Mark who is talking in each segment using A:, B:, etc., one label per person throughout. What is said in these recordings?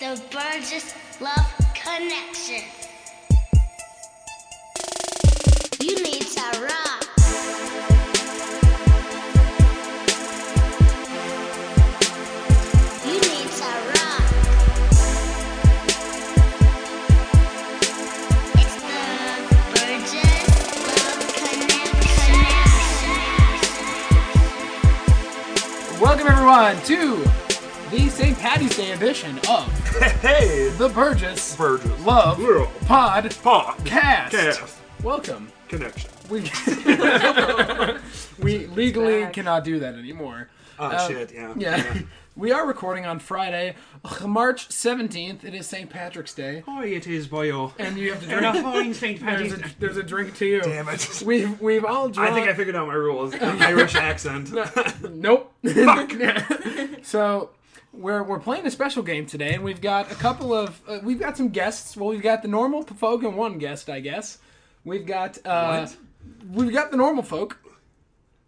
A: The Burgess Love Connection. You need to rock. You need to rock. It's the Burgess Love Connection.
B: Welcome everyone to the St. Patty's Day edition of
C: Hey,
B: the Burgess
C: Burgess.
B: Love
C: Love
B: Pod
C: podcast.
B: Cast.
C: Cast.
B: Welcome.
C: Connection.
B: We we legally
D: back.
B: cannot do that anymore.
C: Oh, shit, yeah.
B: Yeah. We are recording on Friday, March 17th. It is St. Patrick's Day.
E: Boy, it is,
C: oh.
E: boyo.
B: And you have to
E: We're not
B: drink.
E: following St.
B: There's
E: Patrick's
B: a, there's a drink to you.
C: Damn it.
B: We've, we've all drunk.
C: I think I figured out my rules.
B: Oh.
C: An Irish accent.
B: Nope. so we're we're playing a special game today, and we've got a couple of uh, we've got some guests. Well, we've got the normal folk and one guest, I guess. We've got uh, we've got the normal folk,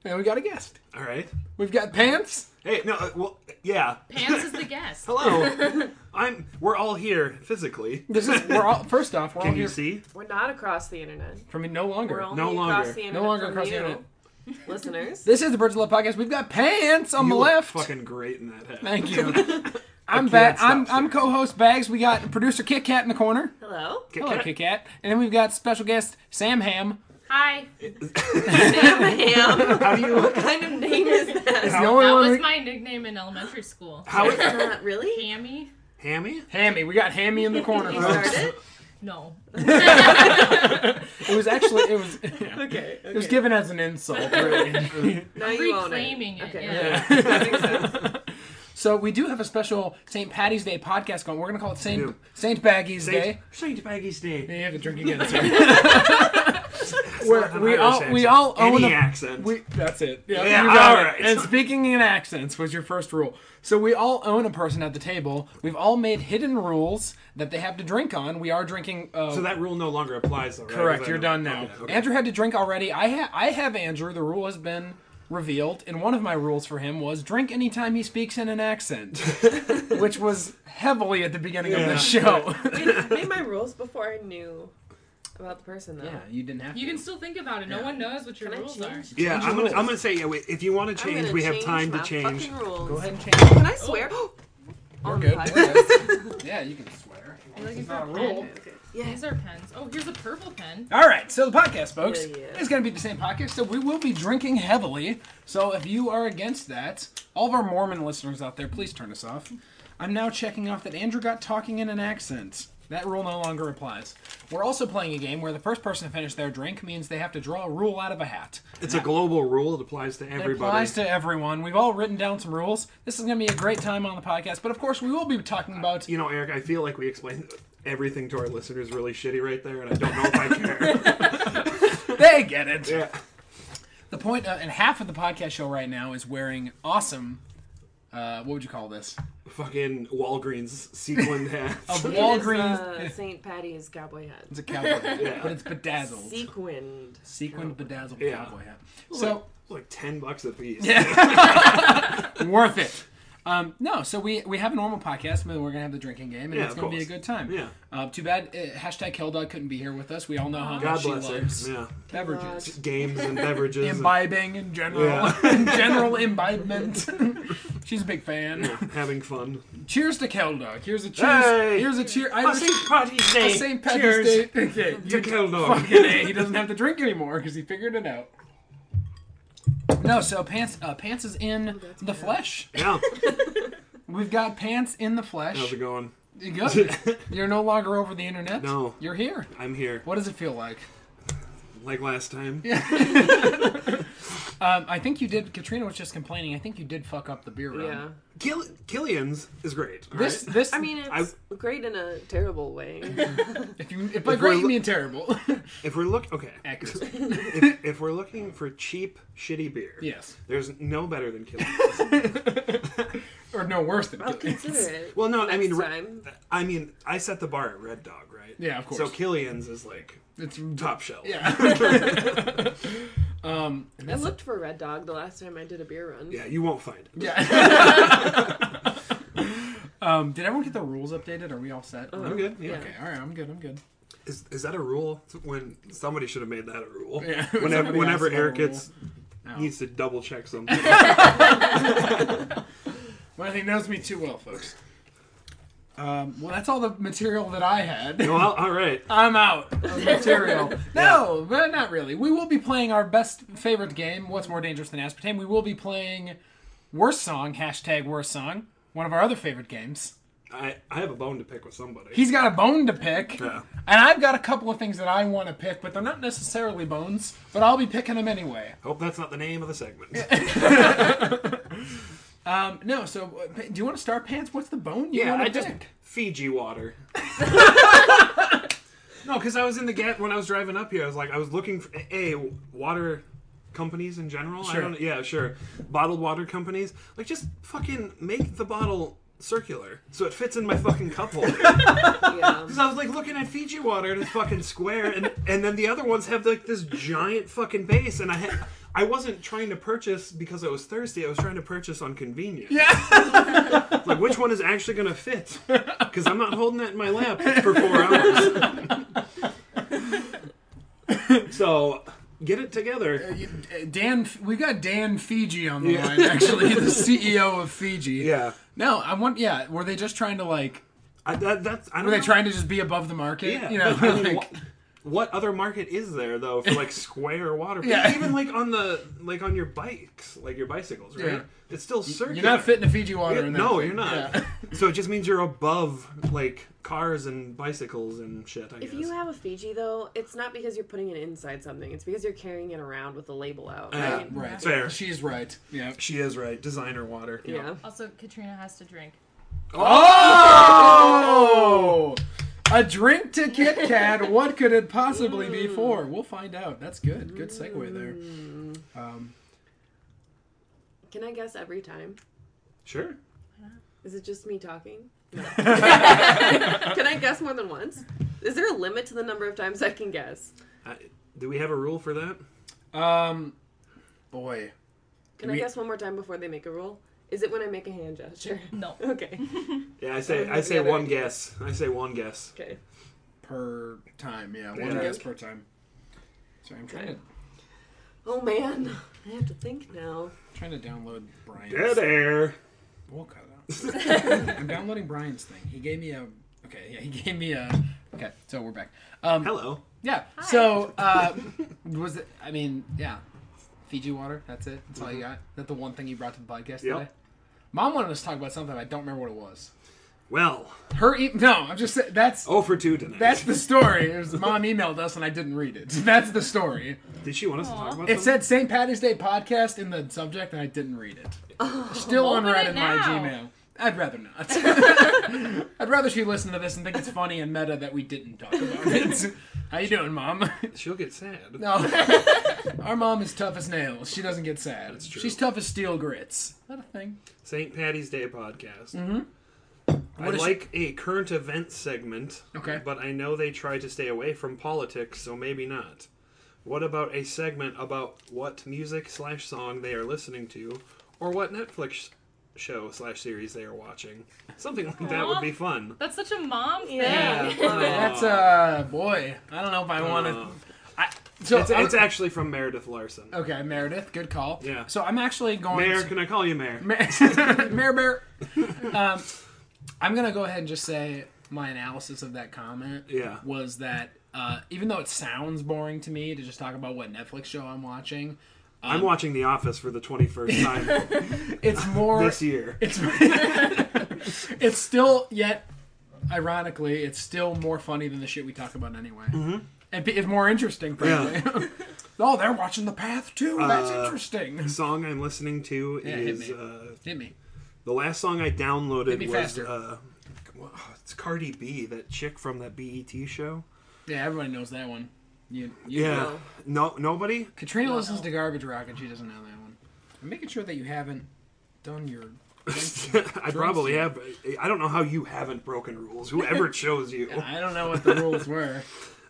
B: and we got a guest.
C: All right.
B: We've got pants.
C: Hey, no, uh, well, yeah.
D: Pants is the guest.
C: Hello. I'm. We're all here physically.
B: This is we're all first off we're all
C: Can
B: here
C: you see?
D: We're not across the internet.
B: for me no longer.
D: We're only
C: No
D: across
C: longer.
D: the
B: no
D: internet.
B: longer
D: from
B: across the
D: you,
B: internet.
D: Listeners.
B: This is the Birds of Love podcast. We've got pants on
C: You
B: the
C: look
B: left.
C: Fucking great in that hat.
B: Thank you. I'm
C: can't
B: back.
C: stop
B: I'm, I'm
C: staring.
B: co-host Bags. We got producer Kit Kat in the corner.
D: Hello.
C: Kit
B: Hello,
C: Kat.
B: Kit Kat. And then we've got special guest Sam Ham.
F: Hi.
D: Sam.
C: How do you?
D: what kind of name is that?
B: The only
F: That
B: one we-
F: was my nickname in elementary school.
C: How?
D: Not really?
F: Hammy?
C: Hammy?
B: Hammy. We got Hammy in the corner.
D: You
B: folks.
D: started?
F: No.
B: It was actually it was it
D: Okay. okay.
B: was given as an insult. Really.
D: now you own
F: Reclaiming it,
D: Okay.
F: yeah.
D: okay.
B: so we do have a special St. Patty's Day podcast going. We're gonna call it Saint
C: do.
B: Saint Baggies
C: Saint,
B: Day.
C: Saint Baggy's Day.
B: You have to drink again. Sorry. We're,
C: An
B: we
C: Irish
B: all we
C: accent.
B: all own
C: Any
B: a-
C: accent.
B: We, that's it. Yeah,
C: Yeah,
B: you got
C: all
B: it.
C: right.
B: And speaking in accents was your first rule. So we all own a person at the table. We've all made hidden rules that they have to drink on. We are drinking. Uh,
C: so that rule no longer applies, though, right?
B: Correct.
C: 'Cause I
B: You're
C: know-
B: done now.
C: Okay, okay.
B: Andrew had to drink already. I ha- I have Andrew. The rule has been revealed, and one of my rules for him was drink anytime he speaks in an accent, which was heavily at the beginning of
C: Yeah.
B: the show.
D: Wait, I made my rules before I knew about the person though.
B: yeah, you didn't have
F: You
B: to.
F: can still think about it. No one knows what your
D: Can I
F: rules are.
D: change?
C: Yeah,
B: Change the
C: I'm gonna,
B: rules.
C: I'm gonna say yeah. Wait, if you want to
D: I'm
C: change,
D: gonna
C: we have
D: change
C: time to
D: my
C: change.
D: Fucking rules.
B: Go ahead and change.
D: Can I swear?
B: Oh. We're
D: On the podcast?
B: good. yeah, you can swear.
F: You're looking
B: It's
F: for
B: not
F: a
B: a rule.
F: pen.
D: Okay. Yeah.
F: These are pens. Oh, here's a purple pen.
B: All right, so the podcast, folks,
D: Yeah, yeah.
B: is going to be the same podcast. So we will be drinking heavily. So if you are against that, all of our Mormon listeners out there, please turn us off. I'm now checking off that Andrew got talking in an accent. That rule no longer applies. We're also playing a game where the first person to finish their drink means they have to draw a rule out of a hat.
C: It's a global rule. It applies to
B: It
C: everybody.
B: applies to everyone. We've all written down some rules. This is going to be a great time on the podcast. But of course, we will be talking about
C: you know, Eric, I feel like we explained everything to our listeners really shitty right there, and I don't know if I care.
B: they get it.
C: yeah.
B: The point, uh, and half of the podcast show right now is wearing awesome. Uh, what would you call this?
C: Fucking Walgreens sequined hats.
B: Of
D: It is,
B: Walgreens.
D: uh, St. Patty's cowboy hat.
B: It's a cowboy hat,
C: Yeah.
B: but it's bedazzled.
D: Sequined.
B: Sequined, bedazzled
C: Yeah.
B: cowboy hat. So,
C: like ten bucks a piece.
B: worth it. Um, no, so we, we have a normal podcast, but we're going to have the drinking game, and
C: Yeah,
B: it's
C: of
B: going to be a
C: course.
B: good time.
C: Yeah.
B: Uh, too bad uh, hashtag Hilda couldn't be here with us. We all know how much
C: God
B: she
C: bless
B: loves
C: her. Yeah.
B: beverages.
C: Games and beverages. and-
B: Imbibing in general.
C: Yeah.
B: in general imbibement. She's a big fan.
C: Having fun.
B: Cheers to Kelda. Here's a cheers.
C: Hey!
B: Here's a cheer.
C: A
B: Irish
C: St. Patty's Day.
B: St. Patrick's Day.
C: Cheers
B: Okay,
C: To
B: you
C: Keldor.
B: fucking A. He doesn't have to drink anymore because he figured it out. No, so pants. Uh, pants is in the flesh.
C: Yeah.
B: We've got pants in the
C: How's
B: flesh.
C: it going?
B: You Good. You're no longer over the internet.
C: No.
B: You're here.
C: I'm here.
B: What does it feel like?
C: Like last time.
B: Um, I think you did. Katrina was just complaining. I think you did fuck up the beer run.
D: Yeah.
C: Kill- Killian's is great. all
B: This,
C: right?
B: this.
D: I mean, it's great in a terrible way.
B: if you, if by
C: If we're
B: great you
C: lo-
B: mean terrible.
C: If we're look, okay.
B: Accuracy.
C: if, if we're looking for cheap, shitty beer,
B: Yes.
C: there's no better than Killian's.
B: Or no, worse than.
D: I'll
B: good.
D: consider it.
C: Well, no, I mean,
D: next
C: re-
D: time.
C: I mean, I set the bar at Red Dog, right?
B: Yeah, of course.
C: So Killian's is like
B: It's
C: top shelf.
B: yeah.
D: I looked for Red Dog the last time I did a beer run.
C: Yeah, you won't find it.
B: Yeah. Um, did everyone get the rules updated? Are we all set?
D: Oh.
C: I'm good. Yeah.
D: Yeah.
B: Okay, all right, I'm good. I'm good.
C: Is, is that a rule? When somebody should have made that a rule.
B: Yeah,
C: Whenever,
B: somebody
C: whenever
B: asked about
C: Eric
B: a rule.
C: gets
B: No.
C: needs to double check something.
B: Well, he knows me too well, folks. Um, well, that's all the material that I had.
C: well, all right.
B: I'm out of material. no, but not really. We will be playing our best favorite game, What's More Dangerous Than Aspartame. We will be playing Worst Song, hashtag Worst Song, one of our other favorite games.
C: I, I have a bone to pick with somebody.
B: He's got a bone to pick,
C: Yeah.
B: and I've got a couple of things that I want to pick, but they're not necessarily bones, but I'll be picking them anyway.
C: Hope that's not the name of the segment.
B: Um, no, so uh, do you want to start, Pants? What's the bone you
C: yeah,
B: want
C: I
B: to pick?
C: just Fiji water. no, because I was in the gap when I was driving up here. I was like, I was looking for a water companies in general.
B: Sure.
C: I don't, yeah, sure. Bottled water companies, like just fucking make the bottle circular so it fits in my fucking cup holder.
D: Yeah.
C: Because I was like looking at Fiji water and it's fucking square, and and then the other ones have like this giant fucking base, and I had. I wasn't trying to purchase because I was thirsty. I was trying to purchase on convenience.
B: Yeah.
C: Like, which one is actually going to fit? Because I'm not holding that in my lap for four hours. so, get it together.
B: You- uh, Dan, we got Dan Fiji on the line. Actually, the CEO of Fiji.
C: Yeah.
B: No, I want. Yeah, were they just trying to like?
C: I, that, that's, I don't
B: Were they
C: know.
B: trying to just be above the market?
C: Yeah.
B: You know,
C: but, I mean,
B: like-
C: wha- what other market is there though for like square water?
B: Yeah.
C: Even like on the like on your bikes, like your bicycles, right?
B: Yeah.
C: It's still circular.
B: you're not fitting a Fiji water in that.
C: no,
B: thing.
C: you're not.
B: Yeah.
C: So it just means you're above like cars and bicycles and shit. I
D: If
C: guess.
D: you have a Fiji though, it's not because you're putting it inside something. It's because you're carrying it around with the label out.
C: Yeah,
D: Right.
B: Uh, Right.
C: Fair.
B: She's right. Yeah.
C: she is right. Designer water.
D: Yeah.
F: Also, Katrina has to drink.
B: Oh! A drink to Kit Kat. What could it possibly be for? We'll find out. That's good. Good segue there. Um,
D: Can I guess every time?
C: Sure.
D: Is it just me talking? can I guess more than once? Is there a limit to the number of times I can guess?
C: I, do we have a rule for that?
B: um, boy.
D: Can
B: We-
D: I guess one more time before they make a rule? Is it when I make a hand gesture?
F: No.
D: Okay.
C: Yeah, I say
D: Um,
C: I say
D: yeah,
C: one
D: that-
C: guess. I say one guess.
D: Okay.
B: Per time. Yeah. One
C: Yeah.
B: guess per time. Sorry, I'm trying to
D: Oh man, I have to think now.
B: trying to download Brian's.
C: Dead air.
B: We'll cut it out. I'm downloading Brian's thing. He gave me a. Okay, yeah, he gave me a. Okay, so we're back. Um,
C: Hello.
B: yeah. So uh, was it? I mean, yeah. Fiji water. That's it. That's all you got. That the one thing you brought to the podcast
C: Mm-hmm. Yep.
B: today. Mom wanted us to talk about something. I don't remember what it was.
C: Well,
B: Her. E- no, I'm just. sa- That's.
C: oh for two tonight.
B: That's the story. It was, Mom emailed us and I didn't read it. That's the story.
C: Did she want us to talk about
B: It
C: something?
B: said St. Patty's Day podcast in the subject and I didn't read it. Still
F: Oh, Open
B: unread
F: it
B: in my
F: now.
B: Gmail. I'd rather not. I'd rather she listen to this and think it's funny and meta that we didn't talk about it. How you doing, mom?
C: She'll get sad.
B: No. Our mom is tough as nails. She doesn't get sad.
C: That's true.
B: She's tough as steel grits. Is that a thing?
C: St. Patty's Day podcast.
B: Mm-hmm. What
C: I'd
B: is-
C: like a current event segment.
B: Okay.
C: But I know they try to stay away from politics, so maybe not. What about a segment about what music slash song they are listening to, or what Netflix show slash series they are watching? Something like that would be fun.
F: That's such a mom thing.
D: Yeah.
B: That's uh boy. I don't know if I want
C: Uh,
B: to. I, so
C: it's,
B: I'm-
C: it's actually from Meredith Larson.
B: okay, Meredith. Good call.
C: Yeah.
B: So I'm actually going.
C: Mayor,
B: to-
C: can I call you Mayor?
B: Mm-hmm. Mayor, Mayor Bear. Um, I'm gonna go ahead and just say my analysis of that comment
C: Yeah.
B: was that uh, even though it sounds boring to me to just talk about what Netflix show I'm watching,
C: I'm watching The Office for the 21st time
B: it's more
C: this year.
B: it's it's still yet ironically it's still more funny than the shit we talk about anyway.
C: Mm-hmm.
B: It be- It's more interesting, frankly. oh, they're watching The Path too. That's
C: Uh,
B: interesting.
C: The song I'm listening to
B: Yeah, hit
C: is
B: me.
C: uh,
B: Hit me.
C: The last song I downloaded
B: Maybe
C: was
B: faster.
C: uh, well, it's Cardi B, that chick from that BET show.
B: Yeah, everybody knows that one. You, you
C: Yeah, no, nobody.
B: Katrina listens to garbage rock and she doesn't know that one. I'm making sure that you haven't done your.
C: I probably have. but I don't know how you haven't broken rules. Whoever chose you.
B: I don't know what the rules were.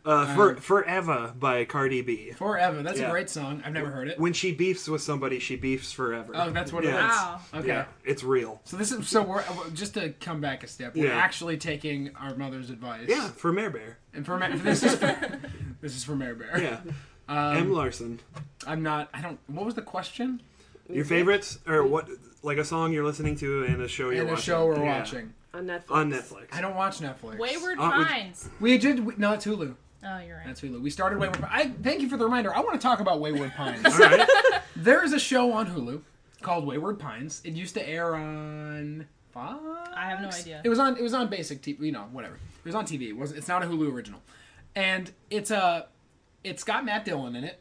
C: Uh, for, Forever by Cardi B.
B: Forever. That's a
C: Yeah.
B: great song. I've never heard it.
C: When she beefs with somebody, she beefs forever.
B: Oh, that's what it is.
C: yeah, it's-
F: Wow.
B: Okay.
C: Yeah, it's real.
B: So this is so we're uh, just to come back a step. We're
C: Yeah.
B: actually taking our mother's advice.
C: Yeah, for Mare Bear.
B: And for Ma- this is for, this is for Mary Bear.
C: Yeah.
B: Um,
C: M. Larson.
B: I'm not. I don't. What was the question?
C: Your favorites or what? Like a song you're listening to and a show you're
B: And a
C: watching.
B: show we're
C: Yeah.
B: watching.
D: on Netflix.
C: on Netflix.
B: I don't watch Netflix.
F: Wayward
C: Uh, would-
F: Pines.
B: We did. We, no, it's Hulu.
F: Oh, you're right.
B: That's Hulu. We started Wayward. Pines. I thank you for the reminder. I want to talk about Wayward Pines.
C: All right.
B: there is a show on Hulu called Wayward Pines. It used to air on Fox.
F: I have no idea.
B: It was on. It was on basic TV. You know, whatever. It was on TV. It was. It's not a Hulu original, and it's a. It's got Matt Dillon in it,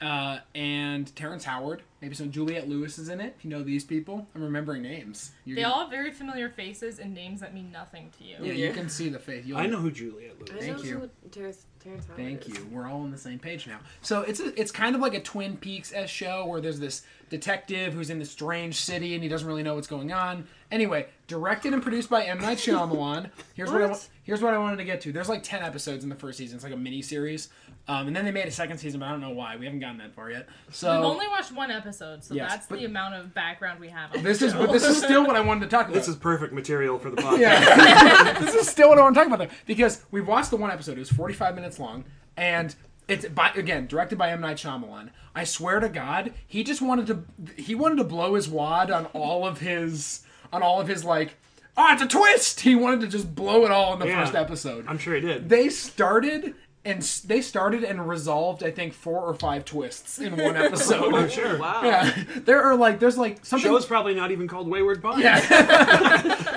B: uh, and Terrence Howard. Maybe some Juliette Lewis is in it. If you know these people, I'm remembering names. You're,
F: They all have very familiar faces and names that mean nothing to you.
B: Yeah, you can see the face. You'll,
C: I know who Juliet Lewis.
D: I
C: is.
B: Thank
D: know
B: you.
D: who Terrence, Terrence Howard
B: Thank
D: is.
B: you. We're all on the same page now. So it's a, it's kind of like a Twin Peaks s show where there's this detective who's in this strange city and he doesn't really know what's going on. Anyway, directed and produced by M Night Shyamalan. Here's what, I
D: What?
B: wa- here's what I wanted to get to. There's like ten episodes in the first season. It's like a mini series, um, and then they made a second season, but I don't know why. We haven't gotten that far yet. So
F: We've only watched one episode, so
B: Yes,
F: that's
B: but-
F: the amount of background we have. On
B: this
F: the
B: is
F: show.
B: but this is still what I wanted to talk about.
C: This is perfect material for the podcast.
B: Yeah. this is still what I want to talk about, though, because we watched the one episode. It was 45 minutes long, and it's by, again directed by M Night Shyamalan. I swear to God, he just wanted to he wanted to blow his wad on all of his on all of his like. Oh, it's a twist! He wanted to just blow it all in the
C: Yeah.
B: first episode.
C: I'm sure he did.
B: They started and s- they started and resolved, I think, four or five twists in one
C: I'm
B: episode.
C: Oh, sure.
D: Wow.
B: yeah, there are like there's like something
C: Show's probably not even called Wayward Pines.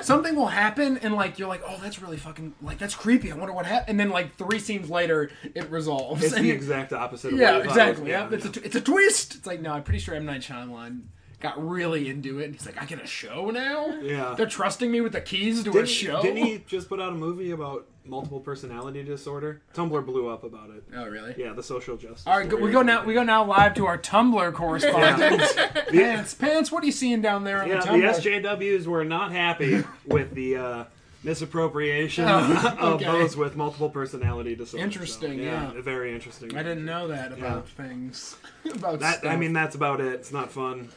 B: something will happen and like you're like oh that's really fucking like that's creepy i wonder what happened and then like three scenes later it resolves
C: It's
B: And
C: the
B: you-
C: exact opposite of
B: yeah
C: what you thought it was.
B: exactly yeah, it's, a tw- it's a twist it's like no i'm pretty sure m9 Shyamalan got really into it he's like i get a show now
C: Yeah.
B: they're trusting me with the keys to a
C: Didn't,
B: show
C: didn't he just put out a movie about multiple personality disorder? Tumblr blew up about it.
B: oh really
C: Yeah, the social justice.
B: all right go, we go
C: warrior.
B: now we go now live to our tumblr correspondent
C: Yeah.
B: pants pants what are you seeing down there on
C: Yeah,
B: the
C: the
B: tumblr
C: SJWs were not happy with the uh, misappropriation
B: Oh,
C: of
B: okay.
C: those with multiple personality disorder. So,
B: Interesting, yeah.
C: very interesting.
B: i didn't know that about things about
C: That I
B: stuff.
C: mean, that's about it. It's not fun.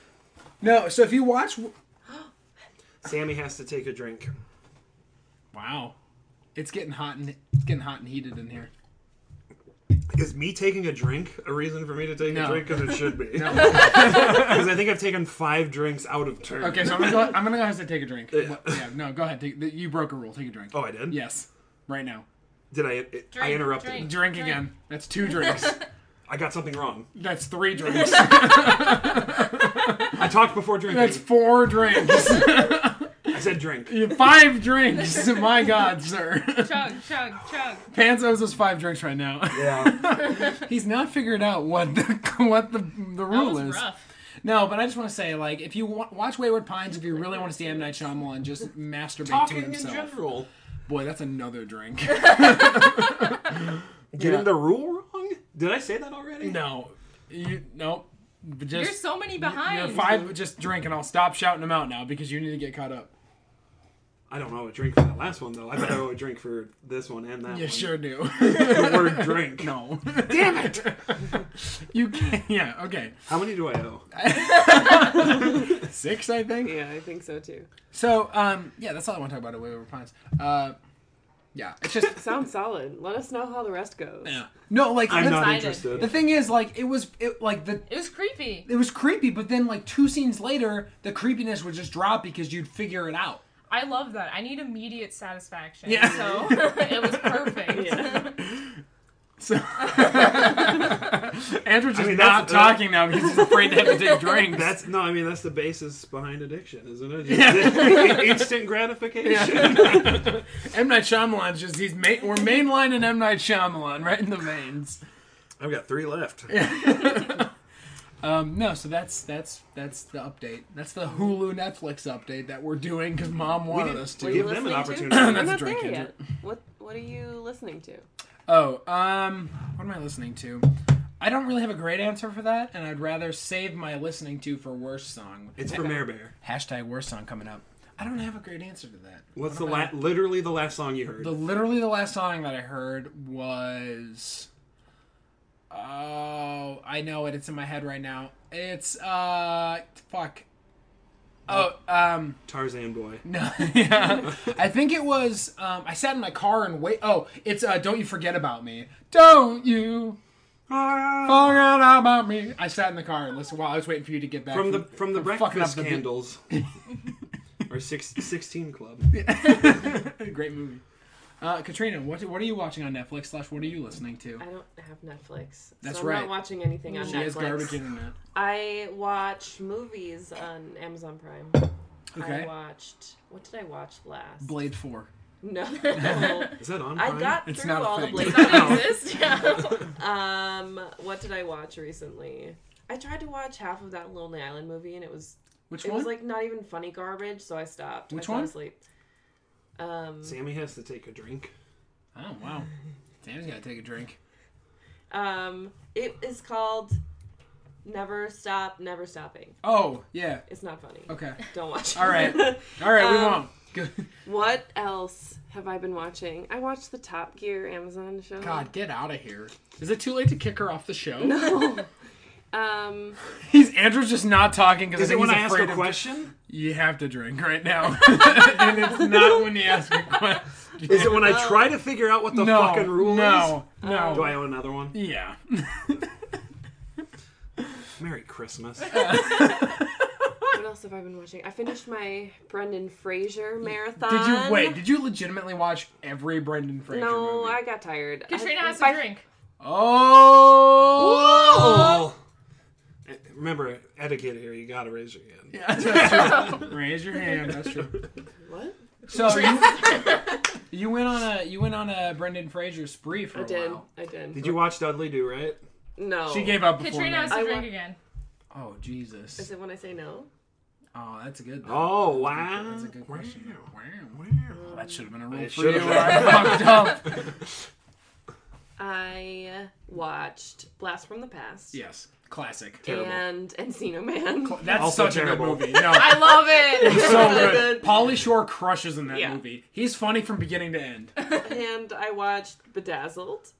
B: no so if you watch
C: Sammy has to take a drink.
B: Wow, it's getting hot and it's getting hot and heated in here.
C: Is me taking a drink a reason for me to take
B: No.
C: a drink? Because it should be.
B: No.
C: Because I think I've taken five drinks out of turn.
B: Okay, so I'm gonna go. I'm gonna go ahead and take a drink.
C: Yeah.
B: What- Yeah, no, go ahead. Take, you broke a rule. Take a drink.
C: Oh, I did.
B: Yes, right now.
C: Did I? I
F: Drink,
C: interrupted.
F: drink.
B: Drink again. That's two drinks.
C: I got something wrong.
B: That's three drinks.
C: I talked before drinking.
B: That's four drinks.
C: I said drink.
B: Five drinks. My God, sir.
F: chug, chug, chug.
B: Pants owes us five drinks right now.
C: Yeah.
B: He's not figured out what the what the the
F: That
B: rule
F: was
B: is.
F: rough.
B: No, but I just want to say, like, if you wa- watch Wayward Pines, if you really want to see M Night Shyamalan, just masturbate to
C: Talking in
B: himself.
C: general.
B: Boy, that's another drink.
C: Getting
B: Yeah.
C: the rule wrong? Did I say that already?
B: No, you nope. But Just
F: There's so many
B: you
F: behind.
B: know, five. Just drink, and I'll stop shouting them out now because you need to get caught up.
C: I don't know a drink for that last one though. I bet I owe a drink for this one and that
B: You
C: one.
B: sure do.
C: The word drink.
B: no,
C: Damn it!
B: you can. Yeah, okay.
C: How many do I owe?
B: Six, I think.
D: Yeah, I think so too.
B: So, um, yeah, that's all I want to talk about. Away over pines. Uh, yeah, it's just
D: Sounds solid. Let us know how the rest goes.
B: yeah. No, like
C: I'm
B: the-
C: not
F: Excited.
B: the
C: interested.
B: thing is, like it was, it like the
F: It was creepy.
B: it was creepy, but then like two scenes later, the creepiness would just drop because you'd figure it out.
F: I love that. I need immediate satisfaction.
B: Yeah.
F: So it was perfect.
D: Yeah.
B: So Andrew's just
C: I mean,
B: not
C: that's-
B: talking now because he's afraid to have to take drinks.
C: That's no, I mean that's the basis behind addiction, isn't it? Just Instant gratification.
B: M Night Shyamalan's just he's ma- we're mainlining M Night Shyamalan right in the veins.
C: I've got three left.
B: Um, no, so that's that's that's the update. That's the Hulu Netflix update that we're doing because Mom wanted
C: didn't-
B: us to.
C: we didn't- Give them an
D: listening
C: opportunity.
D: To?
B: That's
D: We're
B: a
D: not
B: drink,
D: there
B: Andrew.
D: yet. What What are you listening to?
B: Oh, um, what am I listening to? I don't really have a great answer for that, and I'd rather save my listening to for worst song.
C: It's for Mare Bear.
B: Hashtag worst song coming up. I don't have a great answer to that.
C: What's
B: I
C: the
B: don't
C: la-
B: have-
C: literally the last song you heard?
B: The literally the last song that I heard was. Oh, I know it. It's in my head right now. It's uh, fuck. Oh, um,
C: Tarzan Boy.
B: no, yeah. I think it was. Um, I sat in my car and wait. Oh, it's uh, "Don't You Forget About Me." Don't you
C: Ah,
B: forget about me? I sat in the car and listened while I was waiting for you to get back
C: from the from the
B: from fucking up
C: Breakfast
B: the beat.
C: Candles. or six, 16 Club.
B: Great movie. Uh, Katrina, what what are you watching on Netflix? Slash, what are you listening to?
D: I don't have Netflix.
B: That's
D: so I'm
B: right.
D: not watching anything on
B: She
D: Netflix.
B: has garbage internet.
D: I watch movies on Amazon Prime.
B: Okay,
D: I watched. What did I watch last?
B: Blade Four.
D: No.
C: Is that on?
D: I
C: Prime?
D: got
B: It's
D: through
B: not a
D: all the
B: thing.
D: Blade that exist. Yeah. um, what did I watch recently? I tried to watch half of that Lonely Island movie, and it was
B: Which
D: it
B: one?
D: was like not even funny garbage, so I stopped.
B: Which
D: I fell
B: one?
D: Asleep. Um,
C: Sammy has to take a drink.
B: oh wow, Sam's gotta take a drink.
D: um, it is called Never Stop, Never Stopping.
B: Oh yeah.
D: It's not funny.
B: Okay.
D: Don't watch. it.
B: All right. All right. we
D: Um,
B: won't. Good.
D: What else have I been watching? I watched the Top Gear Amazon show.
B: God, get out of here. Is it too late to kick her off the show?
D: No. um,
B: He's Andrew's just not talking because
C: Is it when
B: he's
C: I ask
B: afraid
C: a
B: of-
C: question?
B: You have to drink right now, and it's not when you ask a question.
C: Is it when I
D: Oh.
C: try to figure out what the
B: no,
C: fucking rule
B: no, no.
C: is? Oh. Do I owe another one?
B: yeah.
C: Merry Christmas. Oh.
D: what else have I been watching? I finished my Brendan Fraser marathon.
B: Did you wait? Did you legitimately watch every Brendan Fraser
D: Um, No,
B: movie?
D: I got tired.
F: Katrina
D: I,
F: has
D: by-
F: a drink.
B: Oh.
C: Oh. Remember etiquette here. You gotta raise your hand.
B: Yeah, that's true. Raise your hand. That's true.
D: What?
B: So you, you went on a you went on a Brendan Fraser spree for
D: I
B: a
D: did.
B: while.
D: I did.
C: Did you watch Dudley Do Right? Oh.
D: No.
B: She gave up before
F: Katrina has
B: that.
F: a
D: I
F: drink
D: wa-
F: again.
B: Oh Jesus.
D: Is it when I say no?
B: Oh, that's a good.
C: Oh wow.
B: That's a good question. Wow.
C: Wow.
B: That should have been a rule
C: It
B: for
C: should've
B: you.
C: been.
B: I fucked up.
D: I watched Blast from the Past.
B: Yes, classic.
C: Terrible.
D: And Encino Man.
B: That's
C: Also
B: such
C: terrible.
B: a good movie. No,
F: I love it.
B: so good. Polly Shore crushes in that
D: Yeah.
B: movie. He's funny from beginning to end.
D: and I watched Bedazzled.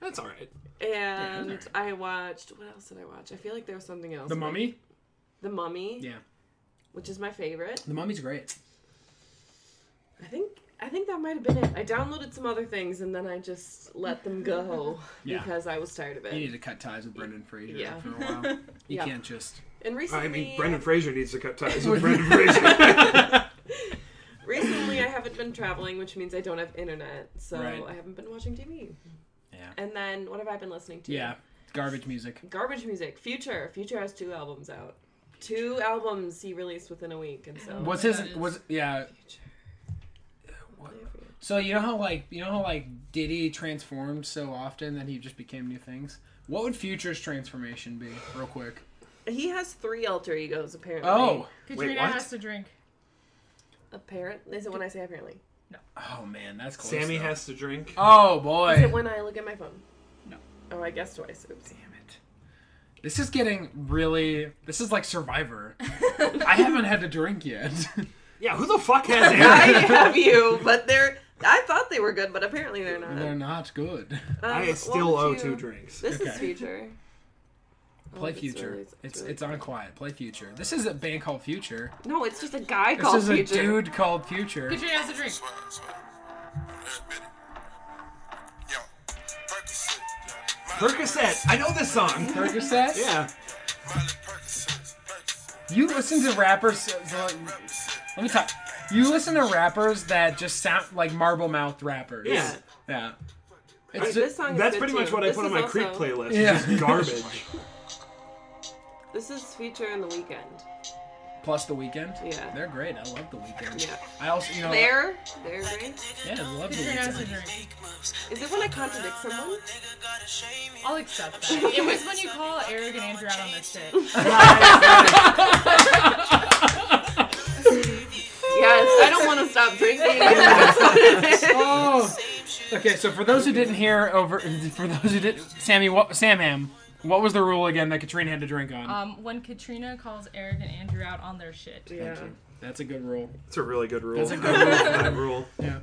C: That's all right.
D: And
B: alright.
D: I watched what else did I watch? I feel like there was something else.
B: The Mummy.
D: The Mummy.
B: Yeah.
D: Which is my favorite.
B: The Mummy's great.
D: I think I think that might have been it. I downloaded some other things and then I just let them go
B: Yeah.
D: because I was tired of
B: You
D: it.
B: need to cut ties with Brendan Fraser
D: Yeah.
B: after a while. You
D: Yeah.
B: can't just.
D: And recently,
C: I mean, Brendan Fraser needs to cut ties with Brendan Fraser.
D: recently I haven't been traveling, which means I don't have internet, so
B: Right.
D: I haven't been watching TV.
B: Yeah.
D: And then what have I been listening to?
B: Yeah. Garbage music.
D: Garbage music. Future. Future has two albums out. Two albums he released within a week, and so
B: Was his was yeah. So you know how like you know how like Diddy transformed so often that he just became new things. What would Future's transformation be, real quick?
D: he has three alter egos apparently.
B: Oh,
F: Katrina
C: what?
F: has a drink.
D: apparently is it when I say apparently?
B: oh man, that's close.
C: Sammy
B: though.
C: has to drink.
B: Oh
D: Is it
B: boy.
D: when I look at my phone?
B: No.
D: Oh, I guess twice. Oops.
B: Damn it. This is getting really. This is like Survivor. I haven't had a drink yet.
C: Yeah, who the fuck has
D: I
C: air?
D: have you, but they're. I thought they were good, but apparently they're not.
B: They're not good.
D: Um,
C: I
D: what
C: still
D: would
C: owe
D: you-
C: two drinks.
D: This
B: Okay.
D: is future. Oh,
B: Play
D: that's
B: Future.
D: really-
B: it's
D: that's
B: it's,
D: really-
B: on quiet. Play Future. This is a band called Future.
D: No, it's just a guy
B: This
D: called
B: is
D: Future.
B: a dude called Future.
F: Katrina has a drink.
C: Percocet. I know this song.
B: Percocet?
C: Yeah.
B: You listen to rappers. So, so, like, let me talk. You listen to rappers that just sound like marble mouth rappers.
C: Yeah.
B: Yeah.
D: Wait,
B: It's
D: this
B: just,
D: song is
C: That's
D: good
C: pretty
D: too.
C: much what I
D: This
C: put on
D: is
C: my
D: also-
C: Creep playlist. It's
B: Yeah.
C: just garbage.
D: This is Future and The Weekend.
B: plus the weekend.
D: Yeah.
B: They're great. I love the weekend.
D: Yeah.
B: I also you know
D: There, there, right?
B: yeah, I love the
F: Katrina has a
B: weekend.
F: drink.
D: Is it when I contradict someone?
F: I'll accept that. It was when you call Eric and Andrew out on this shit.
D: Yes, I don't want to stop drinking.
B: Oh. Okay, so for those who didn't hear over, for those who didn't, Sammy, what, Sam Ham, What was the rule again that Katrina had to drink on?
D: Uh,
F: Um, when Katrina calls Eric and Andrew out on their shit.
D: Yeah.
B: That's a good rule.
C: That's a really good rule.
B: That's a good
C: I love that rule.
B: Yeah.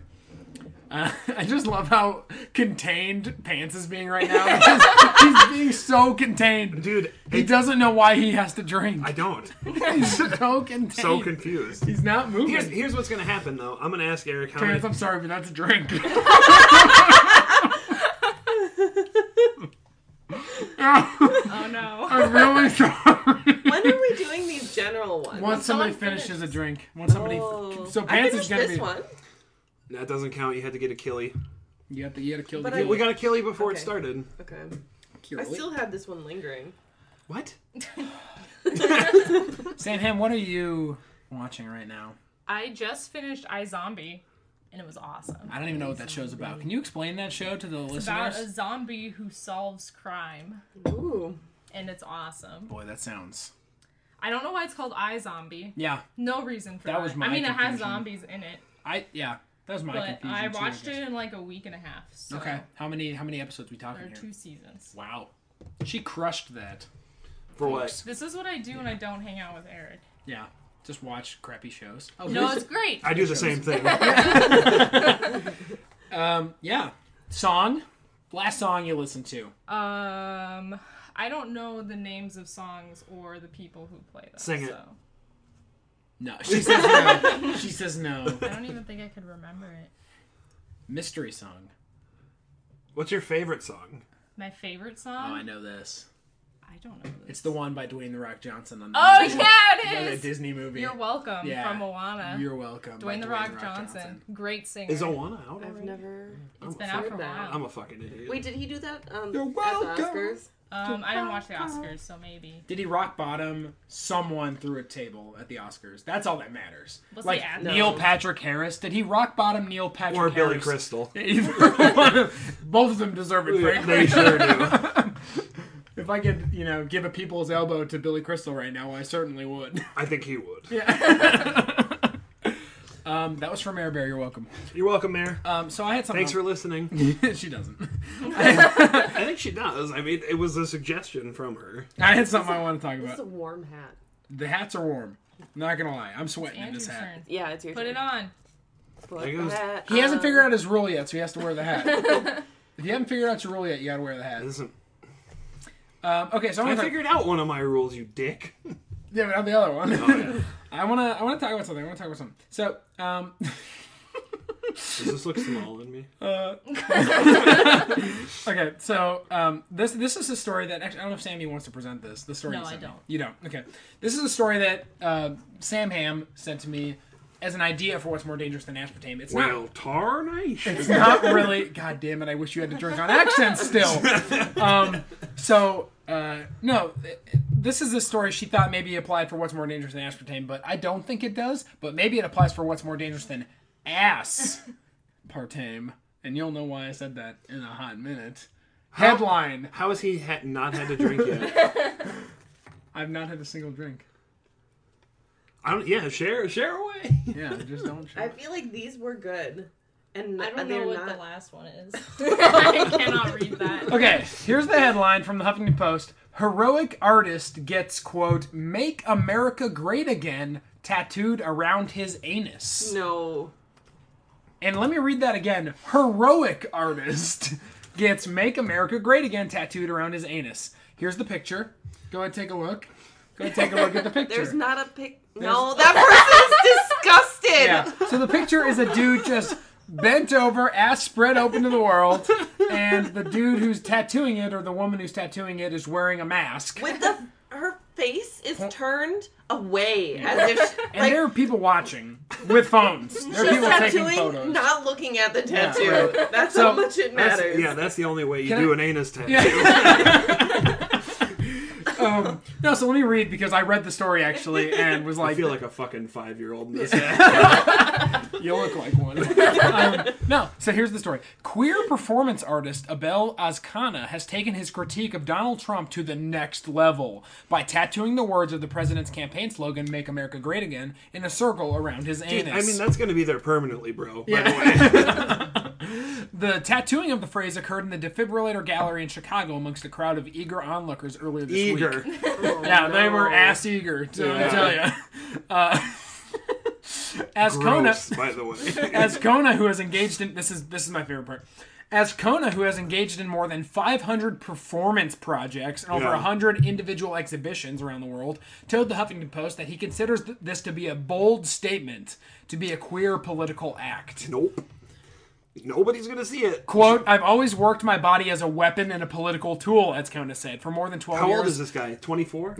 B: Uh, I just love how contained Pants is being right now. because he's being so contained.
C: Dude,
B: He doesn't know why he has to drink.
C: I don't.
B: He's so contained.
C: So confused.
B: he's not moving.
C: Here's, here's what's gonna happen though. I'm gonna ask Eric how many.
B: Terrence, I'm sorry, but that's a drink.
F: Oh no.
B: I'm really sorry.
D: When are we doing these general ones?
B: Once somebody
F: someone finishes.
B: finishes a drink, once somebody,
D: Oh.
B: so
D: I
B: Pants is
D: finished
B: gonna
D: this
B: be.
D: one.
C: That doesn't count. You had to get a killie.
B: You have to, you have to kill
D: But
B: the
D: I-
C: We got a killie before it
D: Okay.
C: started.
D: Okay.
B: Kill
D: I
B: it.
D: still had this one lingering.
C: What?
B: Sam, what are you watching right now?
F: I just finished iZombie, and it was awesome.
B: I don't even know what that show's about. Can you explain that show to the
F: It's about a
B: listeners?
F: zombie who solves crime,
D: Ooh.
F: and it's awesome.
B: Boy, that sounds.
F: I don't know why it's called iZombie.
B: Yeah,
F: No reason for that.
B: That was my
F: I mean, it
B: confusion.
F: has zombies in it,
B: I yeah, that was my
F: but
B: confusion.
F: I
B: too,
F: watched
B: guess.
F: it in like a week and a half. So
B: Okay, how many how many episodes we talking
F: There are
B: here?
F: two seasons.
B: Wow, she crushed that.
C: For what?
F: This is what I do when I don't hang out with Eric.
B: Yeah, just watch crappy shows.
F: No, it's great.
C: I do the same thing.
B: Um, yeah, song. Last song you listened to.
F: Um, I don't know the names of songs or the people who play them.
C: Sing it.
F: So.
B: No, she says no. she says no.
F: I don't even think I could remember it.
B: Mystery song.
C: What's your favorite song?
F: My favorite
B: Oh,
F: song?
B: I know this.
F: I don't know. This.
B: It's the one by Dwayne the Rock Johnson on the
F: Oh
B: movie-
F: yeah,
B: on
F: it
B: the
F: is.
B: Disney movie.
F: You're welcome
B: Yeah.
F: from Moana.
B: You're welcome. by
F: Dwayne the Rock, Johnson. great singer.
C: Is Awana out?
D: I've
C: already?
D: never.
F: it's
C: I'm
F: been
C: a
F: out
D: heard
F: for a
D: that.
F: while.
C: I'm a fucking idiot.
D: Wait, did he do that um,
B: You're
D: at the
B: welcome.
D: Oscars?
F: um, I didn't watch the Oscars, so maybe.
B: Did he rock bottom someone through a table at the Oscars? That's all that matters.
F: Was
B: like
F: he at-
B: Neil
D: No.
B: Patrick Harris. Did he rock bottom Neil Patrick
C: or Billy
B: Harris?
C: Crystal.
B: Either one of- Both of them deserve it, frankly.
C: They sure do.
B: If I could, you know, give a people's elbow to Billy Crystal right now, I certainly would.
C: I think he would.
B: Um, that was from Air Bear. You're welcome.
C: You're welcome, Mayor.
B: Um, so I had something.
C: Thanks for listening.
B: for. she doesn't.
C: I think she does. I mean, it was a suggestion from her.
B: I had something I want to talk
D: This is a
B: about.
D: warm hat.
B: The hats are warm. Not gonna lie, I'm sweating in
F: Andrew's
B: this hat.
F: turn.
D: Yeah, it's your
F: Put
D: turn.
F: it on.
D: Put
C: There goes-
D: the hat
B: He hasn't
D: on.
B: figured out his rule yet, so he has to wear the hat. if you haven't figured out your rule yet, you gotta wear the hat.
C: That isn't-
B: Um, okay, so I
C: I
B: want to.
C: figured out one of my rules, you dick.
B: Yeah, but not the other one.
C: Oh, yeah.
B: I wanna. I wanna talk about something. I wanna talk about something. So, um,
C: Does this look small on me?
B: uh, okay. So, um, this this is a story that actually I don't know if Sammy wants to present this. The story.
F: No,
B: you sent
F: I
B: me.
F: don't.
B: You don't. Okay. This is a story that uh, Sam Ham sent to me as an idea for what's more dangerous than aspartame. It's not
C: Well, tarnation.
B: It's not really. God damn it! I wish you had to drink on accent still. Um, so uh, no, this is the story she thought maybe applied for what's more dangerous than aspartame, but I don't think it does. But maybe it applies for what's more dangerous than ass partame, and you'll know why I said that in a hot minute. Headline:
C: How has he ha- not had to drink yet?
B: I've not had a single drink.
C: I don't. Yeah, share share away.
B: Yeah, just don't.
D: I
B: Share.
D: feel like these were good. And
F: I don't
D: and
F: know
D: they're
F: what
D: not.
F: the last one is. I cannot read that.
B: Okay, here's the headline from the Huffington Post. Heroic artist gets, quote, Make America Great Again tattooed around his anus.
D: No.
B: And let me read that again. Heroic artist gets Make America Great Again tattooed around his anus. Here's the picture. Go ahead, take a look. Go ahead, take a look at the picture.
D: There's not a pic. No, that person's disgusted.
B: Yeah. So the picture is a dude just bent over, ass spread open to the world, and the dude who's tattooing it or the woman who's tattooing it is wearing a mask.
D: With the her face is turned away as if she,
B: And
D: like
B: there are people watching with phones. There are
D: she's
B: people taking
D: tattooing,
B: photos.
D: not looking at the tattoo.
B: right.
D: That's
B: So,
D: how much it
C: That's-
D: matters.
C: yeah, that's the only way you
B: Can
C: do
B: I-
C: an anus tattoo.
B: um, no, so let me read because I read the story actually and was
C: I
B: like,
C: feel like a fucking five year old in this. hat.
B: you look like one. um, no, so here's the story. Queer performance artist Abel Azcana has taken his critique of Donald Trump to the next level by tattooing the words of the president's campaign slogan, Make America Great Again, in a circle around his anus.
C: I mean, that's gonna be there permanently, bro. By
B: Yeah.
C: the way,
B: The tattooing of the phrase occurred in the defibrillator gallery in Chicago amongst a crowd of eager onlookers earlier this week.
C: Eager.
B: Yeah, they were ass eager to
C: Yeah.
B: tell you. Uh, as Kona,
C: Gross, by the way.
B: as Kona, who has engaged in this is this is my favorite part. As Kona, who has engaged in more than 500 performance projects and over
C: Yeah.
B: 100 individual exhibitions around the world, told the Huffington Post that he considers th- this to be a bold statement, to be a queer political act.
C: nope. Nobody's gonna see it.
B: Quote, I've always worked my body as a weapon and a political tool, as Kona said. For more than 12
C: How
B: years.
C: old is this guy? 24?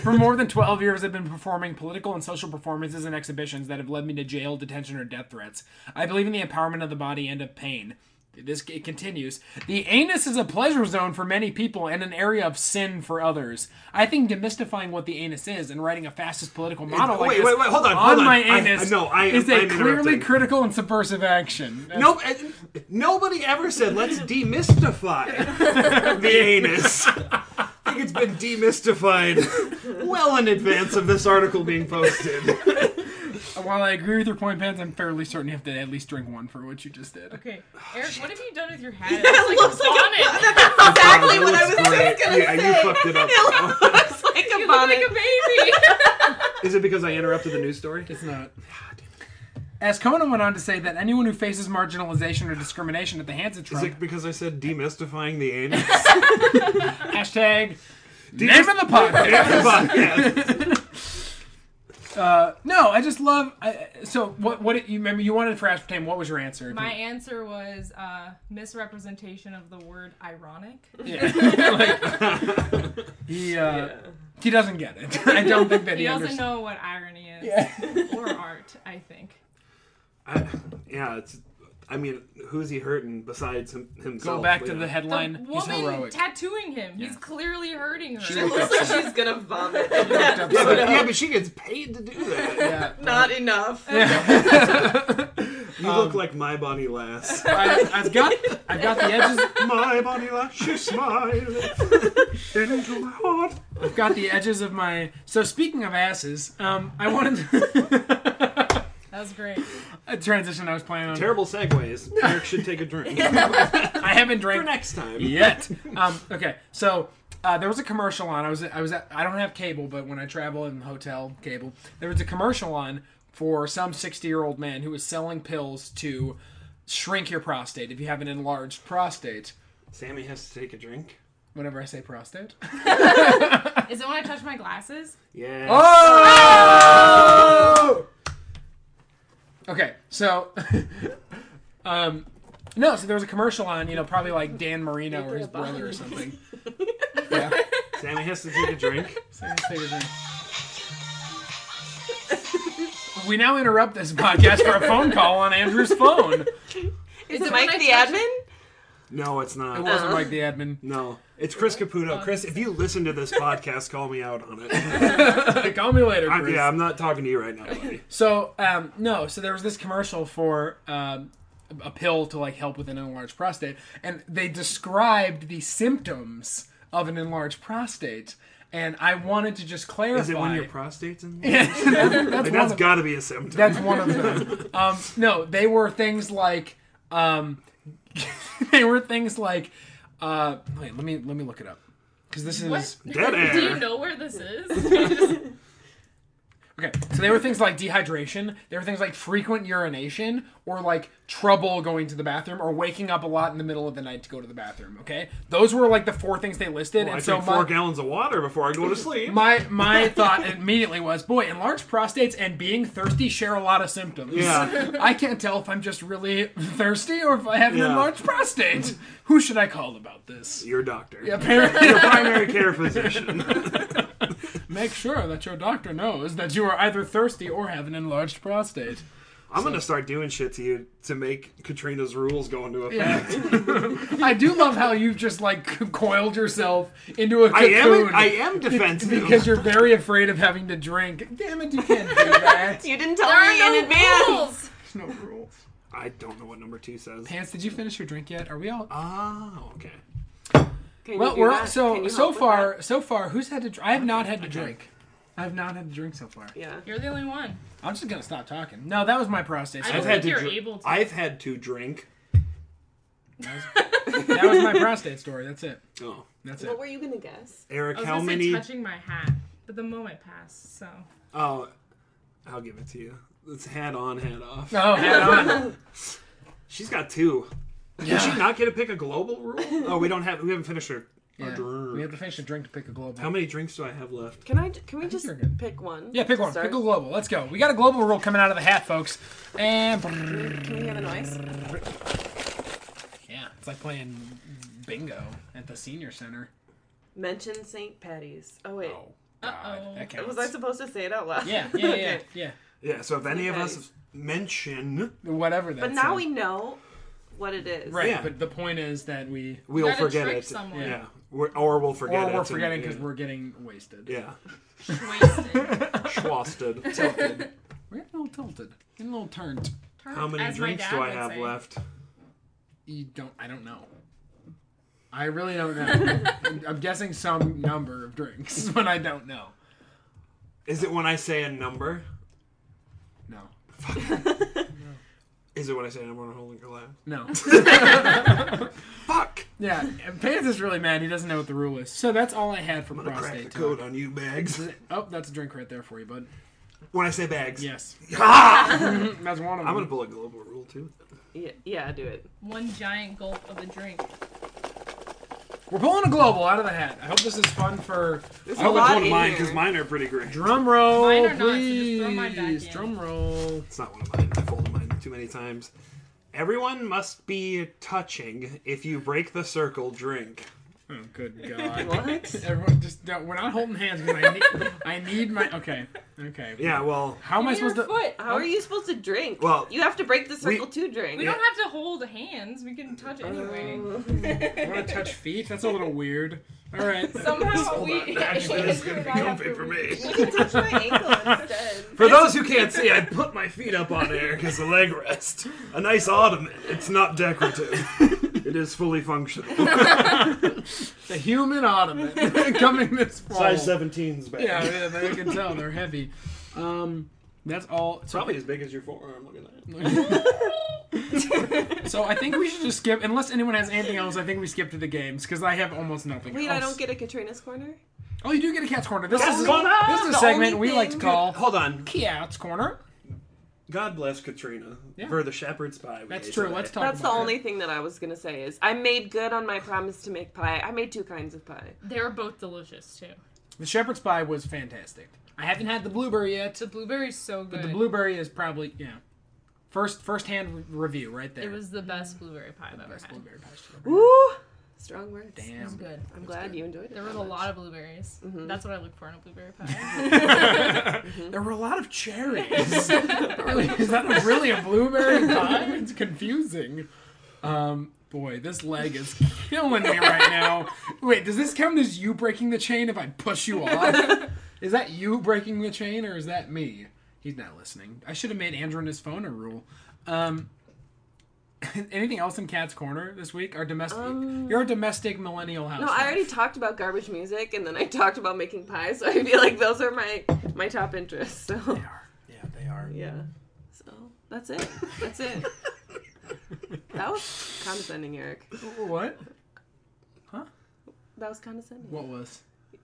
B: For more than 12 years, I've been performing political and social performances and exhibitions that have led me to jail, detention, or death threats. I believe in the empowerment of the body and of pain. This it continues. The anus is a pleasure zone for many people and an area of sin for others. I think demystifying what the anus is and writing a fascist political model like
C: wait,
B: this
C: wait, wait, hold on, hold
B: on
C: on.
B: my
C: I-
B: anus
C: I- no, I-
B: is a
C: I'm
B: clearly
C: interrupting.
B: critical and subversive action.
C: Nope. and- Nobody ever said let's demystify the anus. I think it's been demystified well in advance of this article being posted.
B: While I agree with your point, Pans, I'm fairly certain you have to at least drink one for what you just did.
F: Okay, Eric, what have you done with your hat? It
D: It looks like a
F: bonnet.
D: That's exactly what I was
C: That looks
D: just gonna
C: great. Yeah,
D: say.
C: you fucked it
D: It
C: up.
D: looks like a
F: You look
D: bonnet.
F: like a baby.
C: Is it because I interrupted the news story?
B: It's not. As Conan went on to say that anyone who faces marginalization or discrimination at the hands of
C: Is
B: Trump,
C: it because I said demystifying the anus?
B: hashtag name of the podcast. Uh, No, I just love. I, so what? What did you remember? You wanted for aspartame. What was your answer?
F: My answer was uh, misrepresentation of the word ironic.
B: Yeah. Like, he uh, he doesn't get it. I don't think that he,
F: He doesn't
B: understands.
F: know what irony is or art. I think.
C: I, yeah, it's. I mean, who's he hurting besides him, himself?
B: Go back to
C: Yeah.
B: the
F: The
B: headline. He's
F: woman
B: heroic.
F: tattooing him. He's
B: Yeah.
F: clearly hurting her.
D: It looks like she's gonna vomit. That's
C: Yeah, but,
D: what
C: yeah,
D: I'm-
C: but she gets paid to do that.
B: yeah.
D: Not enough.
C: You look
B: Um,
C: like my Bonnie Lass.
B: I, I've got I've got the edges.
C: my Bonnie Lass, she smiles into my heart.
B: I've got the edges of my. So speaking of asses, um, I wanted. To...
F: That was great.
B: a transition I was planning on.
C: Terrible segues. Eric should take a drink
B: I haven't
C: for
B: drank
C: next time.
B: yet. Um, okay, so uh, there was a commercial on. I was I was at, I don't have cable, but when I travel in hotel cable, there was a commercial on for some sixty year old man who was selling pills to shrink your prostate if you have an enlarged prostate.
C: Sammy has to take a drink.
B: Whenever I say prostate,
F: Is it when I touch my glasses?
C: Yeah.
B: Oh! Okay, so. um, no, so there was a commercial on, you know, probably like Dan Marino or his brother or something. yeah.
C: Sammy has to take a drink.
B: so let's take a drink. We now interrupt this podcast for a phone call on Andrew's phone.
D: Is,
F: it
D: it Mike
F: when I
D: the
F: touch
D: admin?
C: No, it's
B: It
C: not.
B: wasn't like the admin.
C: No, it's Chris Caputo. Chris, if you listen to this podcast, call me out on it.
B: Call me later,
C: I'm,
B: Chris.
C: Uh, yeah, I'm not talking to you right now, buddy.
B: So um, no, so there was this commercial for um, a pill to like help with an enlarged prostate, and they described the symptoms of an enlarged prostate, and I wanted to just clarify.
C: Is it when your prostate's in?
B: that's,
C: Like,
B: one
C: that's
B: of,
C: got to be a symptom.
B: that's one of them. Um, no, they were things like um, they were things like uh, wait, let me let me look it up because this is.
F: What?
C: Dead air.
F: Do you know where this is?
B: Okay, so they were things like dehydration. They were things like frequent urination, or like trouble going to the bathroom, or waking up a lot in the middle of the night to go to the bathroom. Okay, those were like the four things they listed.
C: I
B: and so
C: drink four
B: my,
C: gallons of water before I go to sleep.
B: my my thought immediately was, boy, enlarged prostates and being thirsty share a lot of symptoms.
C: Yeah.
B: I can't tell if I'm just really thirsty or if I have an
C: Yeah.
B: enlarged prostate. Who should I call about this?
C: your doctor,
B: Apparently,
C: your primary care physician.
B: make sure that your doctor knows that you are either thirsty or have an enlarged prostate.
C: I'm gonna start doing shit to you to make Katrina's rules go into effect.
B: I do love how you've just like coiled yourself into a
C: I
B: cocoon
C: am. I am defensive.
B: because you're very afraid of having to drink. Damn it, you can't do that.
D: You didn't tell
F: there are
D: me
F: no
D: in advance.
F: rules.
B: no rules.
C: I don't know what number two says.
B: Pants, did you finish your drink yet? Are we all?
C: Oh, okay.
D: Can you
B: well,
D: do
B: we're
D: that? Can
B: so
D: you
B: so
D: help with
B: far so far. Who's had to? Dr- I have not had to drink. I have not had to drink so far.
D: that? Yeah.
F: You're the only one.
B: I'm just gonna stop talking. No, that was my prostate.
F: I don't
B: story.
F: think
C: to
F: you're
C: drink-
F: able to.
C: I've had to drink
B: That was, that was my prostate story. That's it.
C: Oh,
B: That's
D: What
B: it.
D: were you gonna guess?
C: Eric,
F: I was
C: how
F: gonna
C: many?
F: say touching my hat, but the moment passed, so
C: Oh, I'll give it to you. It's hat on, hat off.
B: Oh, head on.
C: She's got two. Did she not get to pick a global rule? Oh, we don't have. We haven't finished her. our
B: Yeah.
C: drink.
B: We have to finish a drink to pick a global.
C: How many drinks do I have left?
D: Can I? Can we just
B: you're good.
D: pick one?
B: yeah, pick
D: to
B: one.
D: start?
B: Pick a global. Let's go. We got a global rule coming out of the hat, folks. And
D: Can we have a noise?
B: yeah, it's like playing bingo at the senior center.
D: Mention St. Patty's. Oh wait,
B: Oh, God,
F: Uh-oh.
B: that counts.
D: was I supposed to say it out loud?
B: yeah, yeah, yeah, yeah,
D: Okay.
B: yeah.
C: Yeah. So if any of us
D: Nice.
C: mention,
B: Whatever. That
D: But now we know what it is.
B: right.
C: Yeah.
B: But the point is that we
C: we'll
F: gotta
C: forget
F: trick
C: it.
F: someone.
C: Yeah. We're, or we'll forget
B: or
C: it.
B: we're
C: and-
B: forgetting
C: yeah.
B: because we're getting wasted.
C: yeah
F: wasted.
C: schwasted.
B: tilted. We're getting a little tilted. Getting a little turned.
C: How many
F: As my
C: drinks
F: dad
C: do I
F: would
C: have
F: say.
C: left?
B: You don't. I don't know. I really don't know. I'm- I'm guessing some number of drinks, but I don't know.
C: Is it when I say a number?
B: No.
C: Is it when I say a number on holding your lap?
B: No.
C: Fuck!
B: Yeah. and Pants is really mad. He doesn't know what the rule is. So that's all I had for
C: I'm gonna crack
B: prostate.
C: the
B: talk.
C: code on you, bags.
B: Oh, that's a drink right there for you, bud.
C: When I say bags,
B: Yes.
C: Ah!
B: That's one of them.
C: I'm gonna pull a global rule too.
D: Yeah, yeah, do it.
F: One giant gulp of the drink.
B: We're pulling a global out of the hat. I hope this is fun for. Oh,
D: There's
C: I
D: a
C: hope it's
D: lot
C: one of
D: in
C: mine
D: here.
C: because mine are pretty great.
B: Drum roll,
F: Mine are not, so just
B: please.
F: throw mine back in.
B: Drum roll.
C: It's not one of mine. I folded mine too many times. Everyone must be touching. If you break the circle, drink.
B: Oh, good God.
D: What?
B: Everyone, just don't, we're not holding hands because I need, I need my. Okay, okay.
C: Yeah, well,
B: How am I
F: Give me
B: supposed to?
F: your foot.
D: How are you supposed to drink?
C: Well,
D: you have to break the circle to drink.
F: We don't have to hold hands. We can touch anyway.
B: I want to touch feet. That's a little weird. All right.
F: Somehow we.
C: actually, this is gonna be comfy for me.
D: You can touch my ankle instead.
C: For those who can't see, I put my feet up on air because the leg rest. A nice ottoman. It's not decorative. it is fully functional.
B: the human ottoman coming this fall.
C: Size 17's back.
B: Yeah, yeah, they can tell they're heavy. Um, that's all. So,
C: Probably as big as your forearm. Look at that.
B: so I think we should just skip. Unless anyone has anything else, I think we skip to the games because I have almost nothing.
D: Wait,
B: else.
D: I don't get a Katrina's corner.
B: Oh, you do get a cat's corner. This
C: Cat's
B: is
C: corner!
B: this is a
D: The
B: segment
D: only
B: we like to
D: thing-
B: call
C: Hold on.
B: cat's corner.
C: God bless Katrina
B: Yeah.
C: for the shepherd's pie. we
B: That's
C: ate
B: true.
C: today.
B: Let's talk.
D: That's the
B: about
D: only thing that I was gonna say is I made good on my promise to make pie. I made two kinds of pie.
F: They're both delicious too.
B: That. The shepherd's pie was fantastic. I haven't had the blueberry yet.
F: The blueberry's so good.
B: The blueberry is probably yeah. First first hand review right there.
F: It was the best blueberry pie I've ever
B: Best
F: had.
B: blueberry pie she's ever
D: Woo! Strong words.
B: had.
F: It was
B: Damn.
F: good.
D: I'm glad you enjoyed it.
F: There was
D: so
F: a
D: much.
F: lot of blueberries. That's what I look for in a blueberry pie.
B: There were a lot of cherries. Really, is that a- really a blueberry pie? It's confusing. Um, boy, this leg is killing me right now. Wait, does this count as you breaking the chain if I push you off? Is that you breaking the chain or is that me? He's not listening. I should have made Andrew and his phone a rule. Um, anything else in Cat's Corner this week? Our domestic, you're a domestic millennial house.
D: Um, No, I already talked about garbage music, and then I talked about making pie. So I feel like those are my my top interests. So
B: They are. Yeah, they are.
D: yeah, so that's it. That's it. That was condescending, Eric.
B: What?
D: That was condescending.
B: What was?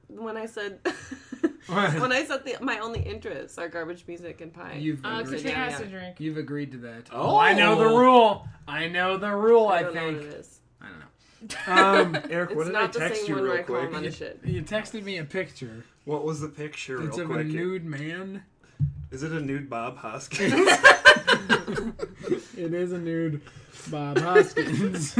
D: When I said when I said the, my only interests are garbage music and pie.
B: You've
F: uh,
B: agreed.
F: Katrina has to
D: yeah.
F: drink.
B: You've agreed to that.
C: Oh.
B: I know the rule. I know the rule. I,
D: I don't know what
B: think.
D: it is.
B: I don't know. Um,
C: Eric,
D: It's
C: what did I
D: not the
C: text
D: same
C: you
D: one where
C: real
D: I call
C: quick?
D: him on his shit.
B: you texted me a picture.
C: What was the picture
B: It's
C: real
B: of
C: quick?
B: a nude man.
C: Is it a nude Bob Hoskins?
B: It is a nude Bob Hoskins.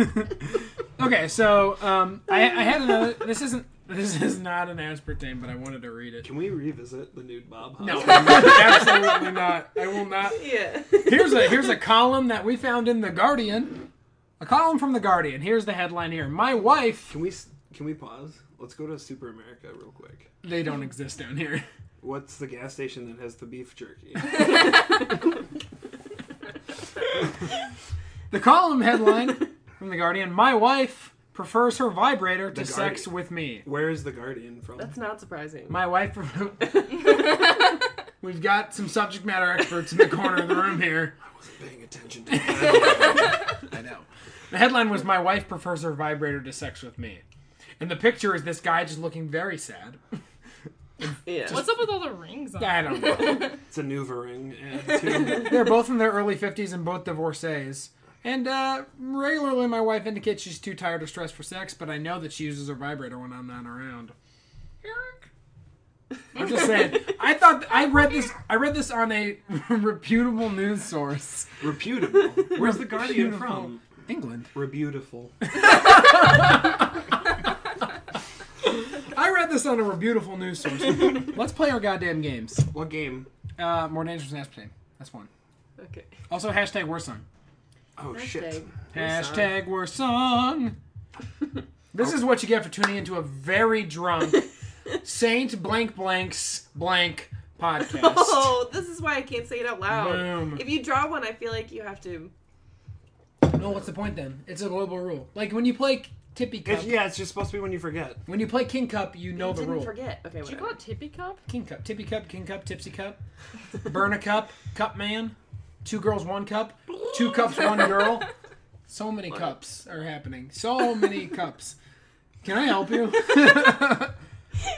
B: okay, so um, I, I had another. This isn't. This is not an aspartame, but I wanted to read it.
C: Can we revisit the nude Bob
B: No,
C: Hoskins?
B: absolutely not. I will not.
D: Yeah.
B: here's a here's a column that we found in the Guardian. A column from the Guardian. Here's the headline here. My wife.
C: Can we s- can we pause? Let's go to Super America real quick.
B: They don't exist down here.
C: What's the gas station that has the beef jerky?
B: The column headline from the Guardian: My wife prefers her vibrator to
C: The
B: sex
C: Guardian.
B: with me.
C: Where is the Guardian from?
D: That's not surprising.
B: My wife. We've got some subject matter experts in the corner of the room here.
C: Paying attention to that.
B: I know. The headline was My Wife Prefers Her Vibrator to Sex with Me. And the picture is this guy just looking very sad.
D: Yeah.
F: What's up with all the rings on?
B: I don't know.
C: It's a NuvaRing ad too.
B: They're both in their early 50s and both divorcees. And uh, regularly, my wife indicates she's too tired or stressed for sex, but I know that she uses her vibrator when I'm not around. Eric. I'm just saying. I thought I read this. I read this on a reputable news source.
C: Reputable. Where's the Guardian
B: Reputable.
C: from?
B: England.
C: Rebutiful.
B: I read this on a reputable news source. Let's play our goddamn games.
C: What game?
B: Uh, more dangerous than aspartame. That's one.
D: Okay.
B: Also, hashtag worst song.
C: Oh shit.
D: Hashtag.
B: Hashtag worst song. This is what you get for tuning into a very drunk Saint Blank Blank's Blank podcast.
D: Oh, this is why I can't say it out loud.
B: Boom.
D: If you draw one, I feel like you have to.
B: no, what's the point then? It's a global rule. Like when you play Tippy Cup,
C: It's, yeah, it's just supposed to be when you forget.
B: when you play King Cup, you know
D: you
B: the
D: didn't
B: rule.
D: forget.
F: Did
D: Okay,
F: you
D: whatever.
F: call it tippy cup?
B: King Cup, Tippy Cup, King Cup, Tipsy Cup, Burn a Cup, Cup Man, Two Girls, One Cup, Two Cups, One Girl. So many cups are happening. So many cups. Can I help you?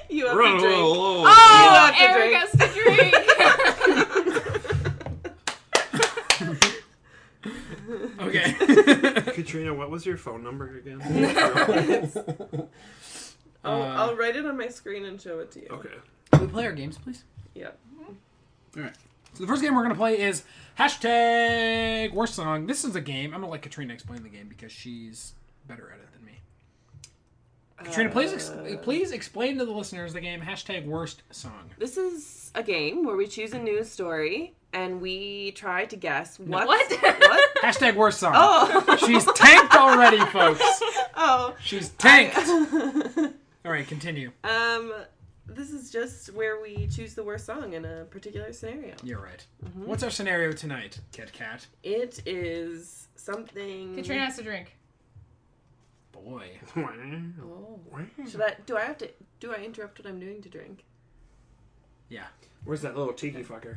D: You have
C: Run,
D: to drink.
C: roll, roll.
B: Ah!
D: Oh, you have to
F: Eric
D: drink.
F: has to drink.
B: okay.
C: Katrina, what was your phone number again?
D: I'll, I'll write it on my screen and show it to you.
C: okay.
B: we play our games, please?
D: Yeah.
B: So the first game we're gonna play is hashtag worst song. This is a game. I'm gonna let Katrina explain the game because she's better at it than me. Katrina, please ex- please explain to the listeners the game hashtag worst song.
D: This is a game where we choose a news story and we try to guess what.
F: What?
D: what?
B: Hashtag worst song.
D: Oh.
B: She's tanked already, folks.
D: oh.
B: She's tanked. All right, continue.
D: Um, this is just where we choose the worst song in a particular scenario.
B: You're right.
D: Mm-hmm.
B: What's our scenario tonight, Kit Kat?
D: It is something.
F: Katrina has to drink.
B: Boy.
D: Oh. Should I? Do I have to? Do I interrupt what I'm doing to drink?
B: Yeah.
C: Where's that little tiki fucker?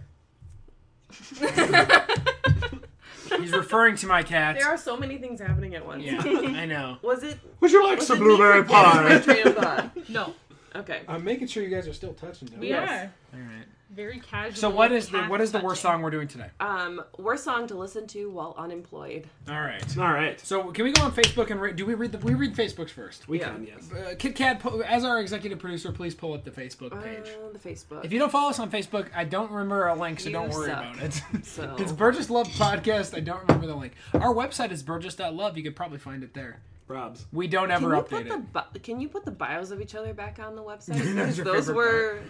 B: He's referring to my cat.
D: There are so many things happening at once.
B: Yeah, I know.
D: Was it?
C: Would you like
D: Was
C: some
D: it me
C: blueberry
D: forgetting my
C: pie?
D: train of thought?
F: No.
D: Okay.
B: I'm making sure you guys are still touching
F: We
D: Yes.
F: are.
B: All right.
F: Very casual.
B: So what is the
F: cat
B: what is the worst
F: touching.
B: song we're doing today?
D: Um, worst song to listen to while unemployed.
B: All right.
C: All right.
B: So can we go on Facebook and re- do we read the we read Facebooks first?
C: We
D: Yeah.
C: can, yes.
B: Uh, Kit Kat, pu- as our executive producer, please pull up the Facebook page.
D: Uh, the Facebook.
B: If you don't follow us on Facebook, I don't remember a link, so
D: You
B: don't worry
D: suck.
B: about it.
D: So-
B: it's Burgess Love Podcast. I don't remember the link. Our website is burgess.love. You could probably find it there.
C: Rob's.
B: We don't
D: can
B: ever
D: you
B: update
D: put
B: it.
D: the bi- can you put the bios of each other back on the website?
B: That was your
D: Those
B: favorite
D: were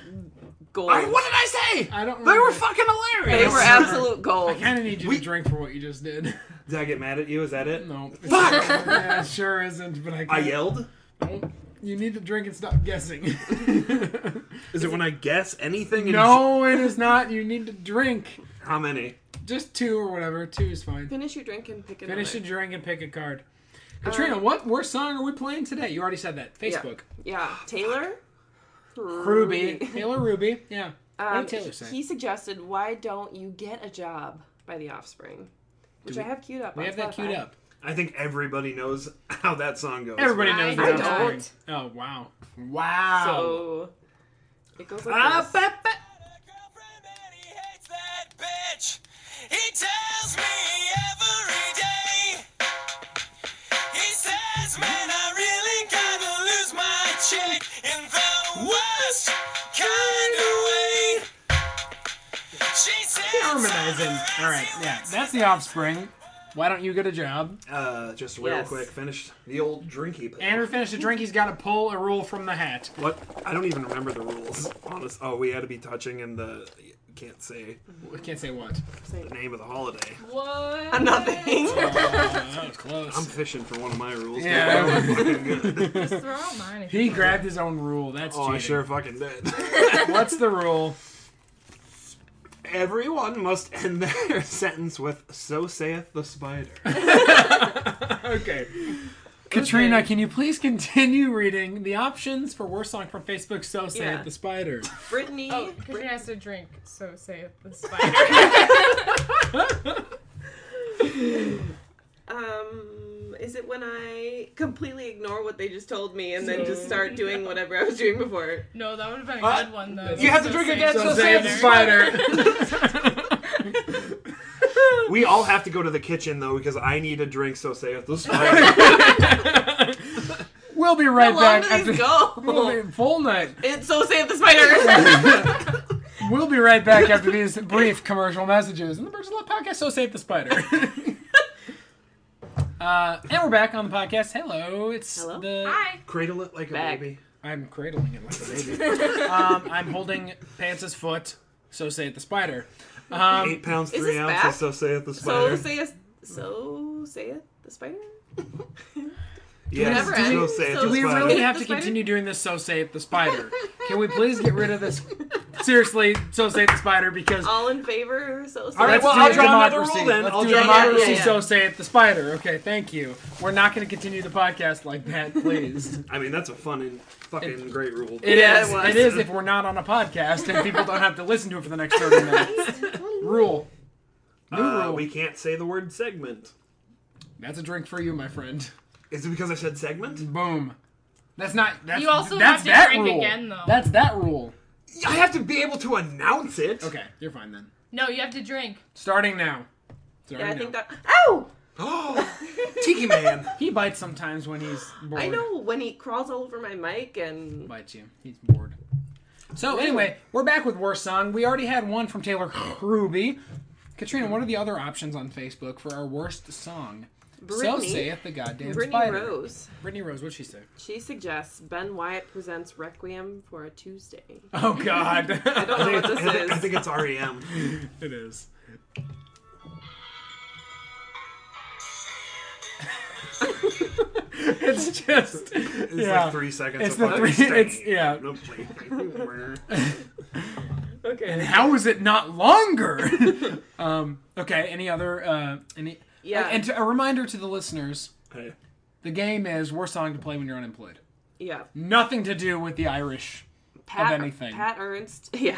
D: gold.
C: I, what did I say?
B: I don't
C: They
B: remember.
C: were fucking
D: they
C: hilarious.
D: were absolute gold.
B: I kind of need you
C: We-
B: to drink for what you just did.
C: Did I get mad at you? Is that it?
B: no.
C: Fuck!
B: Yeah, it sure isn't, but I
C: I
B: can't.
C: yelled.
B: You need to drink and stop guessing.
C: Is it when I guess anything? and
B: no, it is not. You need to drink.
C: just- How many?
B: Just two or whatever. Two is fine.
D: Finish your drink and pick another.
B: Finish a drink and pick a card. Katrina, what worst song are we playing today? You already said that. Facebook.
D: Yeah, Taylor.
B: Ruby. Taylor Ruby. Yeah. what
D: Um,
B: did Taylor say?
D: He suggested, "Why don't you get a job?" by The Offspring, which I have queued up.
B: we
D: on
B: have that queued
D: Spotify.
B: up.
C: I think everybody knows how that song goes.
B: Everybody knows
F: I don't.
B: the Offspring. Oh, wow. Wow.
D: So it goes like
C: Ah,
D: this.
C: ba- ba-
E: girlfriend and he hates that bitch. He tells me every day. He says, man, I really gotta lose my chick in the worst kind of way. She says,
B: Harmonizing. All right. Yeah. That's the Offspring. Why don't you get a job?
C: Uh, just real
D: Yes.
C: quick, finish the old drinky pill.
B: Andrew finished a drink. He's got to pull a rule from the hat.
C: what? I don't even remember the rules. Honest. Oh, we had to be touching in the. Can't say
B: I can't say what.
C: the name of the holiday.
F: What?
D: Nothing.
B: Oh, that was
C: I'm
B: close.
C: fishing for one of my rules.
B: Yeah.
C: That was fucking good.
F: Just throw out mine. if
B: He
F: you want.
B: grabbed his own rule. That's
C: Oh, I
B: cheating.
C: sure fucking did.
B: What's the rule?
C: Everyone must end their sentence with "So saith the spider."
B: Okay. Katrina, can you please continue reading the options for worst song from Facebook? So say
D: Yeah.
B: it, the spider.
D: Brittany.
F: Oh,
D: Brit-
F: Katrina has to drink, so say it the spider.
D: Um, is it when I completely ignore what they just told me and then just start doing whatever I was doing before?
F: No, that would have been a
G: Huh?
B: Uh,
F: good one though.
G: You have to
F: So
G: drink
F: save
G: again, so
F: the
G: save the spider.
C: We all have to go to the kitchen though because I need a drink. So saith the spider.
B: We'll be right
D: How long
B: back
D: do these
B: after
D: go?
B: We'll be- full night.
D: It's so save the spider.
B: We'll be right back after these brief commercial messages. And the Birds of Love podcast, so save the spider. uh, and we're back on the podcast. Hello, it's
D: Hello.
B: the
F: Hi.
C: Cradle it like a
D: Back.
C: baby.
B: I'm cradling it like a baby. um, I'm holding Pants' foot. So say it the spider. Um,
C: Eight pounds
D: Is
C: three
D: this
C: ounces.
D: back?
C: So saith the
D: so
C: spider.
D: say it. So say it. The spider.
C: yes.
D: never
C: so
D: end.
C: saith
D: So
C: the
B: Do we
C: spider.
B: really
D: Save
B: have
D: the
B: to
D: spider?
B: continue doing this? So say it the spider. Can we please get rid of this? Seriously, so say it the spider because
D: All in favor. So say
B: All right,
D: it.
B: well,
C: do
B: I'll
C: it.
B: draw another
C: Democracy.
B: rule then.
C: Let's
B: I'll
C: do
B: draw
D: it.
B: democracy,
D: Yeah, yeah, yeah.
B: so say it the spider. Okay, thank you. We're not going to continue the podcast like that, please.
C: I mean, that's a fun and fucking great rule.
B: It is.
D: Yeah, it was.
B: it is if we're not on a podcast and people don't have to listen to it for the next 30 minutes. rule. New
C: Uh,
B: rule.
C: we can't say the word segment.
B: That's a drink for you, my friend.
C: Is it because I said segment?
B: Boom. That's not. That's,
F: You also
B: that's
F: have to
B: that
F: drink
B: rule.
F: again, though.
B: That's that rule.
C: I have to be able to announce it.
B: Okay, you're fine then.
F: No, you have to drink.
B: Starting now. Starting
D: Yeah, I
B: now.
D: think that. Ow!
C: Oh, Tiki Man.
B: he bites sometimes when he's bored.
D: I know when he crawls all over my mic and
B: bites you. He's bored. So anyway, we're back with worst song. We already had one from Taylor Ruby. Katrina, what are the other options on Facebook for our worst song? So
D: Brittany-
B: saith the goddamn
D: Brittany
B: spider.
D: Rose.
B: Brittany Rose, what'd she say?
D: She suggests Ben Wyatt presents Requiem for a Tuesday.
B: Oh God,
D: I don't know what this
C: I think,
D: is.
C: I think it's E REM.
B: it is. it's just
C: It's
B: Yeah.
C: like three seconds.
B: It's
C: of
B: the
C: fucking
B: three-
C: stain.
B: it's- yeah.
C: No, please.
B: and
D: okay.
B: how is it not longer? um, okay, any other uh, any
D: Yeah.
B: and to, a reminder to the listeners:
C: Hey,
B: the game is worst song to play when you're unemployed.
D: Yeah.
B: Nothing to do with the Irish.
D: Pat,
B: anything.
D: Pat Ernst. Yeah.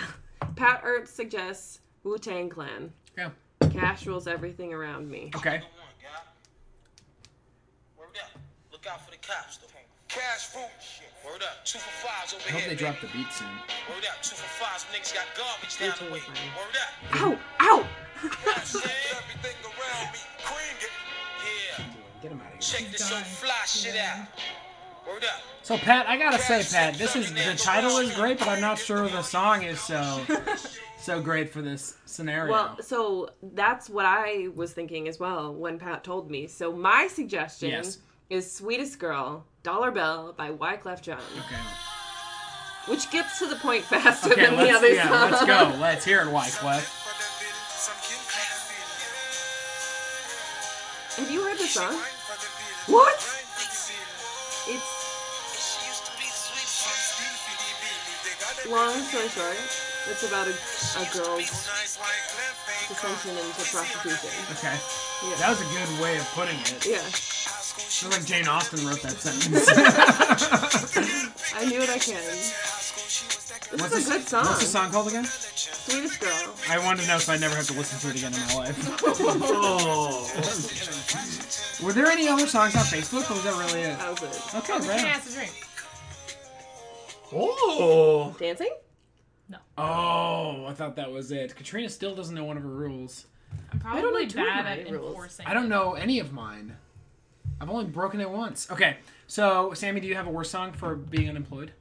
D: Pat Ernst suggests Wu Tang Clan.
B: Yeah.
D: Cash rules everything around me.
B: Okay.
E: Come on, guy. Word up. Look out for the cops, though. Cash food. Word up. Two for fives over
B: I hope
E: here.
B: they
E: baby.
B: drop the beat soon.
E: Word up. Two for fives. Niggas got garbage down the way. Word up.
D: Ow! Ow!
E: Everything around me. Queen. Yeah.
B: Get him out of here.
E: Check this old fly shit out. Word up.
B: So Pat, I gotta say, Pat, this is the title is great, but I'm not sure the song is so so great for this scenario.
D: Well, so that's what I was thinking as well when Pat told me. So my suggestion
B: Yes.
D: is Sweetest Girl, Dollar Bell by Wyclef Jean,
B: okay.
D: which gets to the point faster
B: Okay,
D: than the
B: let's,
D: other
B: yeah,
D: song.
B: let's go. Let's hear it, Wyclef.
D: Have you heard the song? What? It's long story short, it's about a, a girl's ascension into prostitution.
B: Okay.
D: Yeah.
B: That was a good way of putting it.
D: yeah.
B: It was like Jane Austen wrote that sentence.
D: I knew it I can. This is a good song.
B: What's the song called again?
D: Sweetest Girl.
B: I want to know so I never have to listen to it again in my life.
C: Oh,
B: Were there any other songs on Facebook, or was that really it?
D: That was it.
B: Okay,
F: Can I
B: right.
F: ask a drink?
C: oh.
D: Dancing?
B: Oh, I thought that was it. Katrina still doesn't know one of her rules.
F: I'm probably
D: know two of
F: bad
D: my
F: at
D: rules.
F: enforcing.
B: I don't know any of mine. I've only broken it once. Okay, so Sammy, do you have a worse song for being unemployed?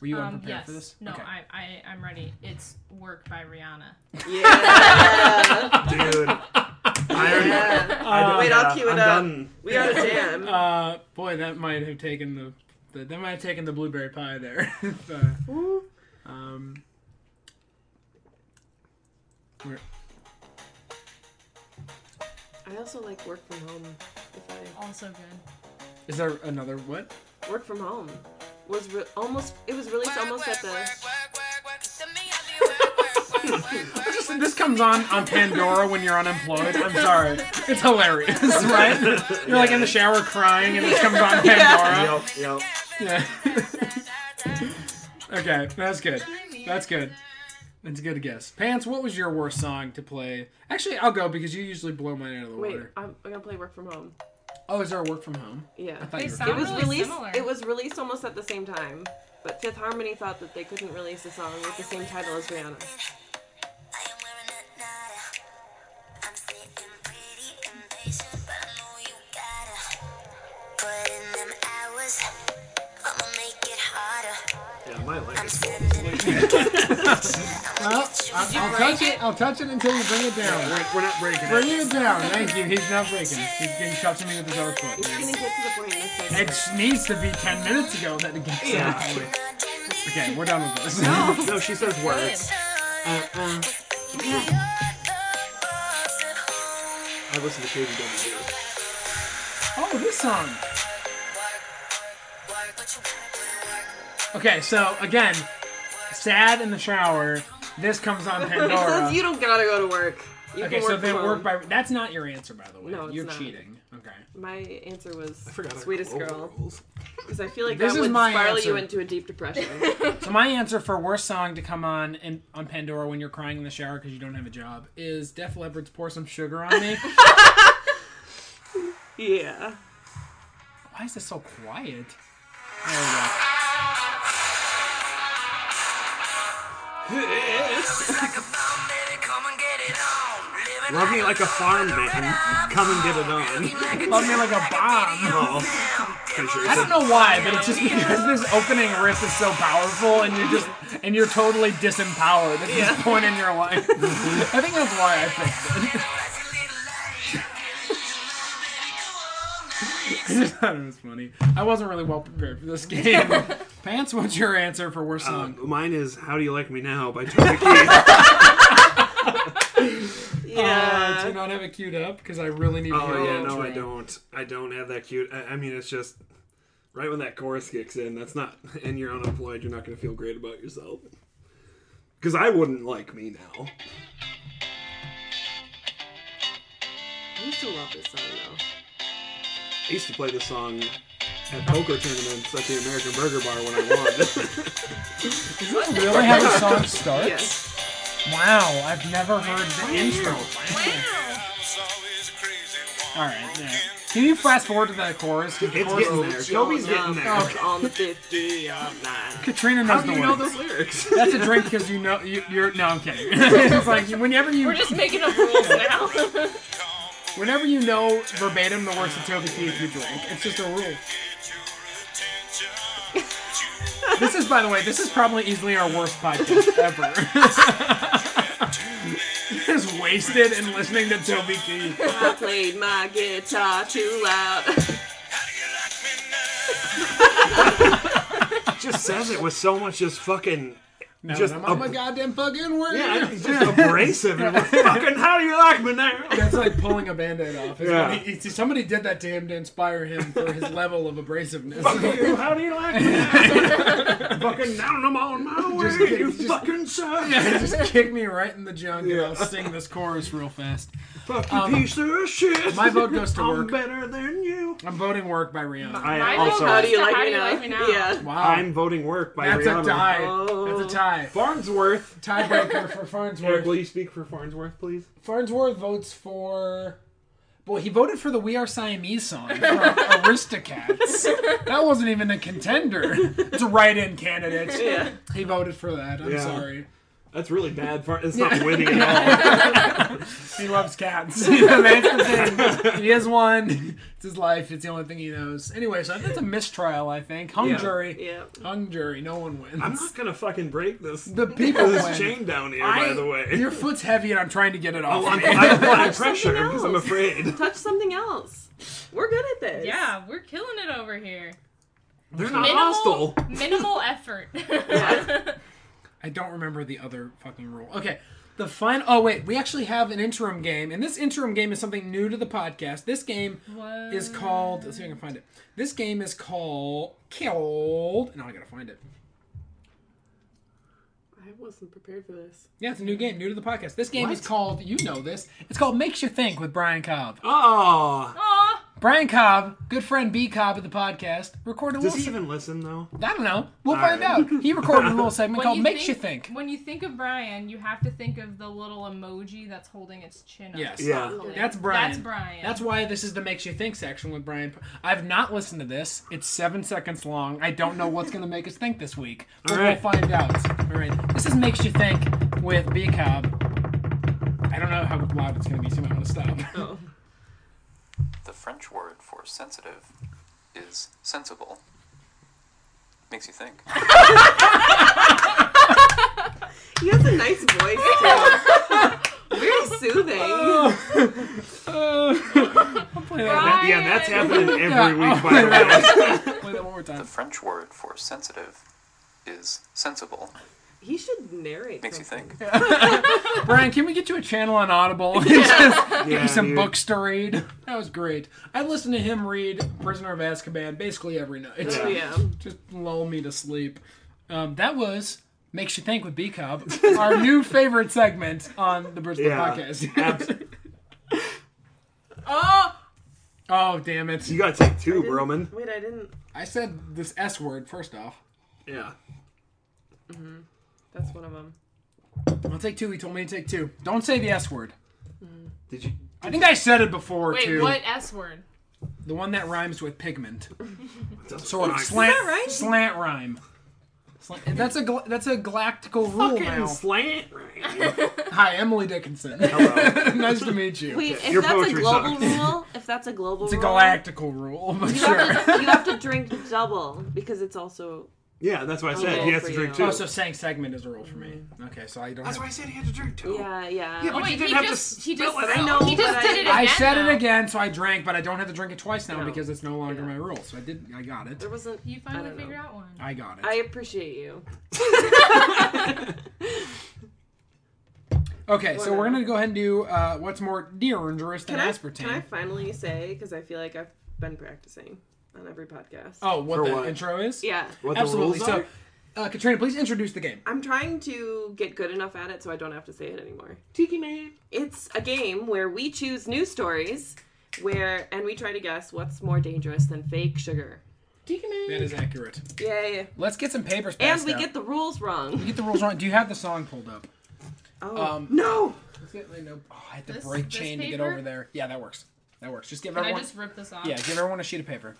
B: Were you
F: Um,
B: unprepared
F: yes.
B: for this?
F: No,
B: okay.
F: I, I, I'm ready. It's Work by Rihanna.
D: Yeah.
C: dude. I already.
D: yeah.
C: I,
D: Wait, I'll cue it
C: am
D: up.
C: Done.
D: We are a jam.
B: Uh, boy, that might have taken the, the that might have taken the blueberry pie there. If, uh, um, where-
D: I also like work from home. If
F: Also good.
B: is there another what?
D: I work from home was re- almost. It was released almost at the.
B: Just- This comes on on Pandora when you're unemployed. I'm sorry, it's hilarious, right? You're like in the shower crying, and this comes on Pandora.
C: Yep, yep.
B: Yeah. okay, that's good. That's good. That's a good guess. Pants, what was your worst song to play? Actually, I'll go because you usually blow mine out of the
D: Wait,
B: water.
D: I'm, I'm gonna play Work From Home.
B: Oh, is there a work from home?
D: Yeah.
B: I thought
F: They
B: you were
F: sound
D: It was
F: really
D: released.
F: similar.
D: It was released almost at the same time, but Fifth Harmony thought that they couldn't release a song with the same title as Rihanna.
G: I am wearing a nada. I'm sitting pretty impatient, but I know you gotta put in them hours. I'ma make it harder.
C: Yeah, my
G: I'm
C: life.
G: sending.
B: Well, I'll, I'll touch it. I'll touch it until you bring it down.
C: We're, we're not breaking
B: Bring
C: it.
B: it down. Thank you. He's not breaking it. He's getting touching me with his other foot.
D: It's gonna get to the point in this segment.
B: It needs to be 10 minutes ago that it gets
C: Yeah.
B: to that point. Okay, we're done with this.
C: No, she says words.
B: Uh,
C: I listen to KDW.
B: Oh, this song. Okay, so again, sad in the shower. This comes on
D: It says you
B: Pandora.
D: don't gotta go to work. You
B: Okay,
D: can work
B: so they
D: from
B: work
D: home.
B: by. That's not your answer, by the way.
D: No, it's
B: You're
D: not. Mm-hmm.
B: cheating. Okay.
D: My answer was
C: I forgot. our
D: sweetest
C: global
D: girl
C: rules.
D: because I feel like
B: This
D: that
B: is
D: would
B: my
D: spiral you
B: answer.
D: into a deep depression.
B: So my answer for worst song to come on in, on Pandora when you're crying in the shower because you don't have a job is Def Leppard's "Pour Some Sugar on Me."
D: yeah.
B: Why is this so quiet? There we go.
C: Love me like a farm man. Come and get it on.
B: Love me like a bomb.
C: Oh, pretty sure
B: I
C: it's
B: don't know why, but it's just because this opening riff is so powerful, and you're just and you're totally disempowered at this point in your life. I think that's why I picked it. I just thought it was funny. I wasn't really well prepared for this game. Pants, what's your answer for worst song?
C: Um, mine is "How Do You Like Me Now" by Toby Keith.
D: Yeah.
B: Uh, do you not have it queued up? Because I really need to hear
C: Oh
B: the
C: yeah, no, I
B: intro.
C: don't. I don't have that cute. I, I mean, it's just right when that chorus kicks in. That's not, and you're unemployed. You're not going to feel great about yourself. Because I wouldn't like me now.
D: I used to love this song though.
C: I used to play this song at poker tournaments at the American Burger Bar when I won.
B: Really, how the song starts?
D: Yes.
B: Wow, I've never heard the intro. All right, yeah. Can you fast forward to that chorus? 'Cause the
C: it's
B: chorus
C: getting
B: is-
C: there. Toby's
D: Don't
C: getting there.
D: knock off Um, on the fifty of nine.
B: Katrina knows
C: How do
B: the
C: you know
B: words.
C: those lyrics?
B: That's a drink because you know you, you're. No, I'm kidding. it's like whenever you
F: We're just making up rules now.
B: whenever you know verbatim the words of Toby Keith, you drink. It's just a rule. This is, by the way, this is probably easily our worst podcast ever. just wasted and listening to Toby Keith.
D: I played my guitar too loud.
C: just says it with so much just fucking
B: No,
C: Just
B: I'm
C: a-
B: a goddamn fucking word.
C: yeah, it's just abrasive. And like, fucking, how do you like me now?
B: That's like pulling a band-aid off. It's
C: Yeah.
B: funny. He- he- somebody did that to him to inspire him for his level of abrasiveness.
C: Fuck you, how do you like me now? fucking now I'm on my way,
B: Just-
C: you
B: just-
C: fucking suck.
B: just kick me right in the junk and I'll
C: Yeah.
B: sing this chorus real fast.
C: Fuck you, piece of shit.
B: My vote goes to
C: I'm
B: work.
C: better than you.
B: I'm voting work by Rihanna.
C: I
F: My
C: also,
F: vote
D: How do you
F: Just
D: like
F: How
D: me
F: Do You
D: now?
F: Like Me Now.
D: Yeah.
B: wow.
C: I'm voting work by
B: That's
C: Rihanna. Uh,
B: a tie.
D: Oh.
B: That's a tie.
C: Farnsworth.
B: Tiebreaker for
C: Eric, will
B: Farnsworth.
C: you speak for Farnsworth, please?
B: Farnsworth votes for. Boy, he voted for the We Are Siamese song for Aristocats. That wasn't even a contender. It's a write-in candidate.
D: Yeah.
B: He voted for that. I'm
C: Yeah.
B: sorry.
C: That's really bad. Far- it's not witty at all.
B: He loves cats. That's the thing. He has one. It's his life. It's the only thing he knows. Anyway, so that's a mistrial, I think. Hung
C: Yeah.
B: jury.
D: Yeah.
B: Hung jury. No one wins.
C: I'm not gonna fucking break this.
B: the people
C: this
B: win.
C: chain down here,
B: I-
C: by the way. Oh,
B: Your foot's heavy and I'm trying to get it off.
C: I'm,
B: me.
C: I'm applying pressure
D: Something
C: because I'm
D: else.
C: afraid.
D: Touch something else. We're good at this.
F: yeah, we're killing it over here.
C: They're not
F: Minimal,
C: hostile.
F: minimal effort.
B: I don't remember the other fucking rule. Okay. The final. Oh, wait. We actually have an interim game, and this interim game is something new to the podcast. This game
F: What?
B: is called. Let's see if I can find it. This game is called. Killed. Now I gotta find it.
D: I wasn't prepared for this.
B: Yeah, it's a new game, new to the podcast. This game is called, you know this, it's called Makes You Think with Brian Cobb.
C: Oh,
F: Aw,
B: Brian Cobb, good friend B Cobb of the podcast, recorded a
C: Does
B: little.
C: he
B: se-
C: even listen though?
B: I don't know. We'll
C: All
B: find
C: right.
B: out. He recorded a little segment called "Makes You Think."
F: When you think of Brian, you have to think of the little emoji that's holding its chin up.
B: Yes.
C: Yeah.
F: thoughtfully.
B: That's Brian.
F: That's Brian.
B: That's why this is the makes you think section with Brian. I've not listened to this. It's seven seconds long. I don't know what's going to make us think this week, but
C: All right.
B: we'll find out. All right. This is makes you think with B Cobb. I don't know how loud it's going to be, so I'm going to stop.
H: The French word for sensitive is sensible. Makes you think.
D: He has a nice voice too. Very soothing.
B: Oh. I'll play that.
F: Brian!
C: Yeah, that's happening every
B: Yeah.
C: week. By the way,
B: I'll play that one more
H: The
B: time.
H: French word for sensitive is sensible.
D: He should narrate.
H: Makes you
D: something.
H: think.
B: Brian, can we get you a channel on Audible? Just give
C: Yeah,
B: you some
C: dude.
B: books to read. That was great. I listened to him read Prisoner of Azkaban basically every night.
D: Oh, yeah.
B: just lull me to sleep. Um, that was makes you think with B Cobb, our new favorite segment on the Bristol
C: Yeah.
B: podcast.
C: Abs-
F: Oh,
B: oh damn it!
C: you gotta take two, Roman.
D: Wait, I didn't.
B: I said this S word first off.
C: Yeah.
D: That's one of them.
B: I'll take two. He told me to take two. Don't say the S word.
C: Did you?
B: I think I said it before
F: wait,
B: too.
F: what S word?
B: The one that rhymes with pigment. Sort
C: Fuck.
B: of slant
D: that right?
B: slant rhyme. Slant, and that's a gla- that's a galactical rule
C: Fucking
B: now.
C: slant.
B: Hi, Emily Dickinson.
C: Hello.
B: nice to meet you.
D: Wait, if
C: Your
D: that's a
C: poetry
D: global
C: sucks.
D: rule, if that's a global
B: it's a
D: rule,
B: galactical rule, but
D: You have,
B: sure.
D: to, you have to drink double because it's also
C: Yeah, that's what I
D: well
C: said. He has
D: for
C: to drink
D: you.
C: two.
B: Oh, so saying segment is a rule for me.
C: Mm.
B: Okay, so I don't.
C: That's
B: have-
C: why I said he had to drink two.
D: yeah, yeah.
C: Yeah,
F: Oh
C: But you
F: wait,
C: didn't
F: he
C: have to
F: just he
C: spell
F: just
C: it
F: I
C: out.
F: know, he just
D: But
F: did it again.
B: I said
F: now.
B: it again, so I drank, but I don't have to drink it twice now
D: No.
B: because it's no longer
D: Yeah.
B: my rule. So I did. I got it.
D: There wasn't.
F: You
D: I
F: finally
D: don't
F: figure
D: know.
F: out one.
B: I got it.
D: I appreciate you.
B: okay, so we're
D: Whatever.
B: gonna go ahead and do uh, what's more dangerous than
D: Can I,
B: aspartame.
D: can I finally say because I feel like I've been practicing on every podcast.
B: Oh, what
C: For
B: the
C: what?
B: intro is?
D: Yeah,
C: What
B: Absolutely.
C: the rules
B: So,
C: are?
B: uh, Katrina, please introduce the game.
D: I'm trying to get good enough at it so I don't have to say it anymore.
C: Tiki man.
D: It's a game where we choose news stories, where and we try to guess what's more dangerous than fake sugar.
C: Tiki man.
B: That is accurate.
D: Yay!
B: Let's get some papers.
D: And
B: passed
D: we
B: out.
D: get the rules wrong.
B: get the rules wrong. Do you have the song pulled up?
D: Oh
B: Um,
D: no!
B: Let's get. I know. Oh, I had to
F: This-
B: break
F: this
B: chain to get
F: paper?
B: over there. Yeah, that works. That works. Just give
F: Can I
B: everyone.
F: just rip this off?
B: Yeah, give everyone a sheet of paper.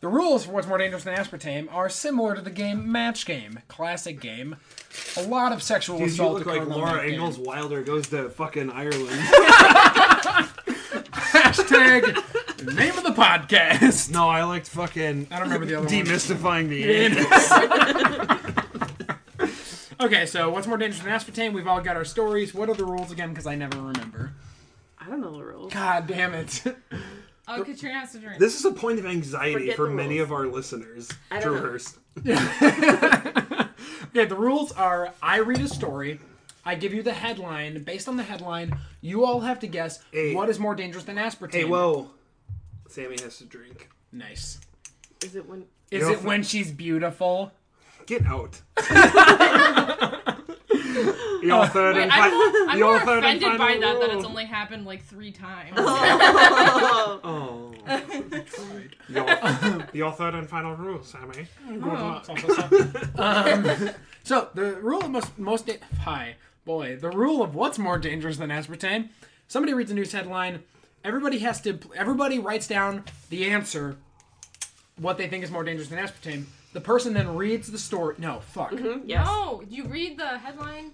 B: The rules for what's more dangerous than aspartame are similar to the game Match Game, classic game. A lot of sexual
C: Dude, you
B: assault.
C: look like
B: occurred on
C: Laura
B: that game.
C: Ingalls Wilder goes to fucking Ireland.
B: Hashtag name of the podcast.
C: no, I liked fucking
B: I don't remember the other one.
C: demystifying the anus.
B: Okay, so what's more dangerous than aspartame? We've all got our stories. What are the rules again? Because I never remember.
D: I don't know the rules.
B: God damn it.
F: Oh, Katrina has to drink.
C: This is a point of anxiety
D: Forget
C: for
D: the
C: many
D: rules.
C: of our listeners.
D: I don't know.
C: Traverse.
B: Okay, the rules are I read a story, I give you the headline. Based on the headline, you all have to guess
C: Hey.
B: what is more dangerous than aspartame.
C: Hey, whoa. Sammy has to drink.
B: Nice.
D: Is it when?
B: Is
C: You're
B: it when she's beautiful?
C: Get out. the author
F: Wait,
C: and fi-
F: I'm, more- I'm
C: the
F: more
C: author and
F: offended by
C: final
F: that that
C: rule.
F: it's only happened like three times.
C: Oh. the, author, the author and final rule, Sammy.
B: Um, so the rule of most most da- hi boy the rule of what's more dangerous than aspartame. Somebody reads a news headline. Everybody has to. Everybody writes down the answer. What they think is more dangerous than aspartame. The person then reads the story. No, fuck.
D: Yes.
F: No, you read the headline.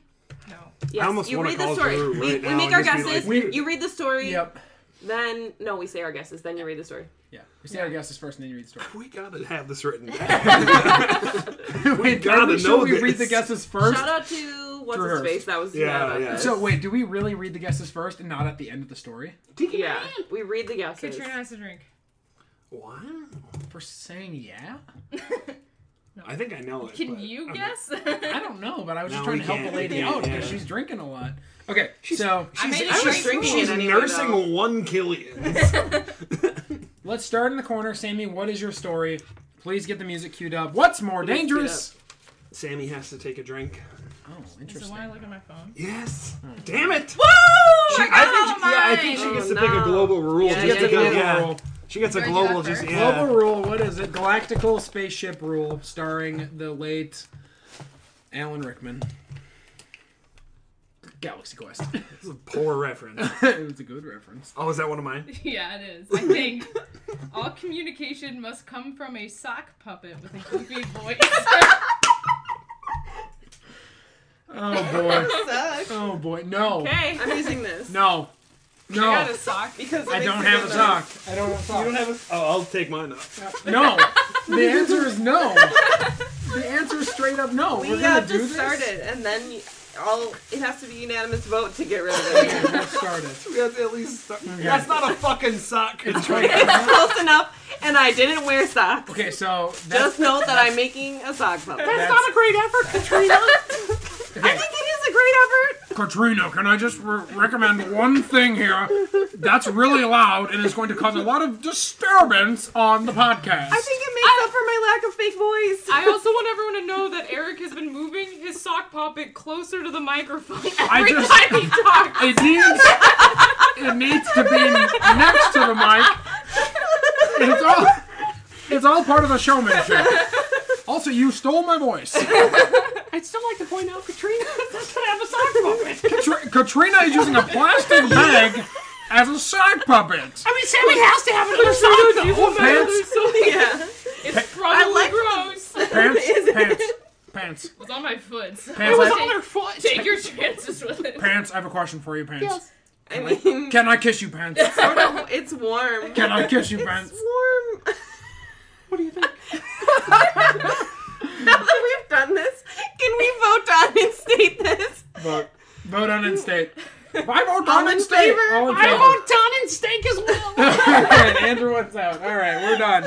F: No.
D: Yes,
C: I almost
D: you
C: wanna
D: read the
C: call
D: story.
C: Drew
D: we,
C: right
D: we
C: now
D: make
C: and
D: our
C: just be like,
D: guesses.
B: we-
D: you read the story.
B: Yep.
D: Then no, we say our guesses. Then you read the story.
B: Yeah. We say our guesses first, and then you read the story.
C: We gotta have this written down.
B: wait,
C: gotta
B: are we
C: know
B: sure we read
C: this.
B: the guesses first?
D: Shout out to what's
B: Drew
D: his
B: Hurst.
D: face that was
C: Yeah,
D: mad about
C: yeah.
D: this.
B: So wait, do we really read the guesses first and not at the end of the story?
D: yeah, we read the guesses.
F: Katrina has to drink.
C: What?
B: For saying yeah?
C: I think I know it.
F: Can
C: but
F: you
C: I'm-
F: guess?
B: I don't know, but I was just
C: No,
B: trying
C: we
B: to help
C: can't.
B: the lady
C: Yeah,
B: out because
C: yeah.
B: she's drinking a lot. Okay, so
F: I made
D: I
F: it
D: was
F: straight
D: drinking
F: through.
C: She's
D: it anyway,
C: nursing
D: though.
C: one Killian.
B: let's start in the corner. Sammy, what is your story? Please get the music queued up. What's more
D: Music queued
B: dangerous?
C: Sammy has to take a drink.
B: Oh,
F: So when
B: interesting.
F: I look at my phone.
C: Yes. Damn it.
F: Woo!
C: She-
F: I got
C: I think
F: all
C: she, yeah, I
F: mine!
C: think she gets
D: Oh,
C: to pick a
D: no.
C: global rule. just
D: Yeah, yeah,
C: because-
D: yeah.
C: yeah.
I: She gets a
D: Do I do that
I: global just
D: first?
I: yeah.
B: Global Rule, what is it? Galactical Spaceship Rule, starring the late Alan Rickman. Galaxy Quest.
C: This is a poor reference.
B: it was a good reference.
C: Oh, is that one of mine?
F: Yeah, it is. I think all communication must come from a sock puppet with a goofy voice.
B: Oh boy.
D: Sucks.
B: Oh boy. No.
F: okay.
D: I'm using this.
B: No. No.
F: I
B: I,
F: got a sock.
D: Because it
B: don't
D: makes me
B: have a
D: feel
B: sock. I don't have a sock.
C: You don't have a. Oh, I'll take mine up.
B: No. The answer is no. The answer is straight up no.
D: better.
B: We're
D: We
B: gonna
D: have
B: do
D: to
B: this.
D: start it, and then y- all it has to be unanimous vote to get rid of it.
B: We'll start it.
I: We have to at least start- That's not a fucking sock. It's
D: it's close enough, and I didn't wear socks.
B: Okay, so that's
D: Just note that I'm making a sock puppet.
B: That's not a
D: great effort, Katrina. I
B: okay.
D: think it is a great effort.
B: Katrina, can I just re- recommend one thing here that's really loud and is going to cause a lot of disturbance on the podcast?
D: I think it makes up for my lack of fake voice.
F: I also want everyone to know that Eric has been moving his sock puppet closer to the microphone
B: I
F: every
B: just-
F: time he talks.
B: it needs it needs to be next to the mic. It's all it's all part of the showmanship. Also, you stole my voice.
D: I'd still like to point out Katrina doesn't have a sock
B: Katri- Katrina is using a plastic bag as a sock puppet.
D: I mean, Sammy has to have another sock
B: Pants,
D: Yeah.
F: It's
D: I
F: probably
D: like-
F: gross. It
B: pants, pants, pants,
F: was on my foot. so
B: Pants, I-
F: take,
D: foot.
F: take your chances with it.
B: pants. I have a question for you, pants.
D: I mean,
B: Can I kiss you, pants?
D: sort of, it's warm.
B: Can I kiss you,
D: It's
B: pants?
D: warm. What do you think? now that we've done this, can we vote on and state this?
B: Vote, vote on in state. I vote
D: All
B: on
D: in
B: state.
D: favor?
B: All in
D: I
B: favor.
D: vote on and state as well.
B: and Andrew wants out. All right, we're done.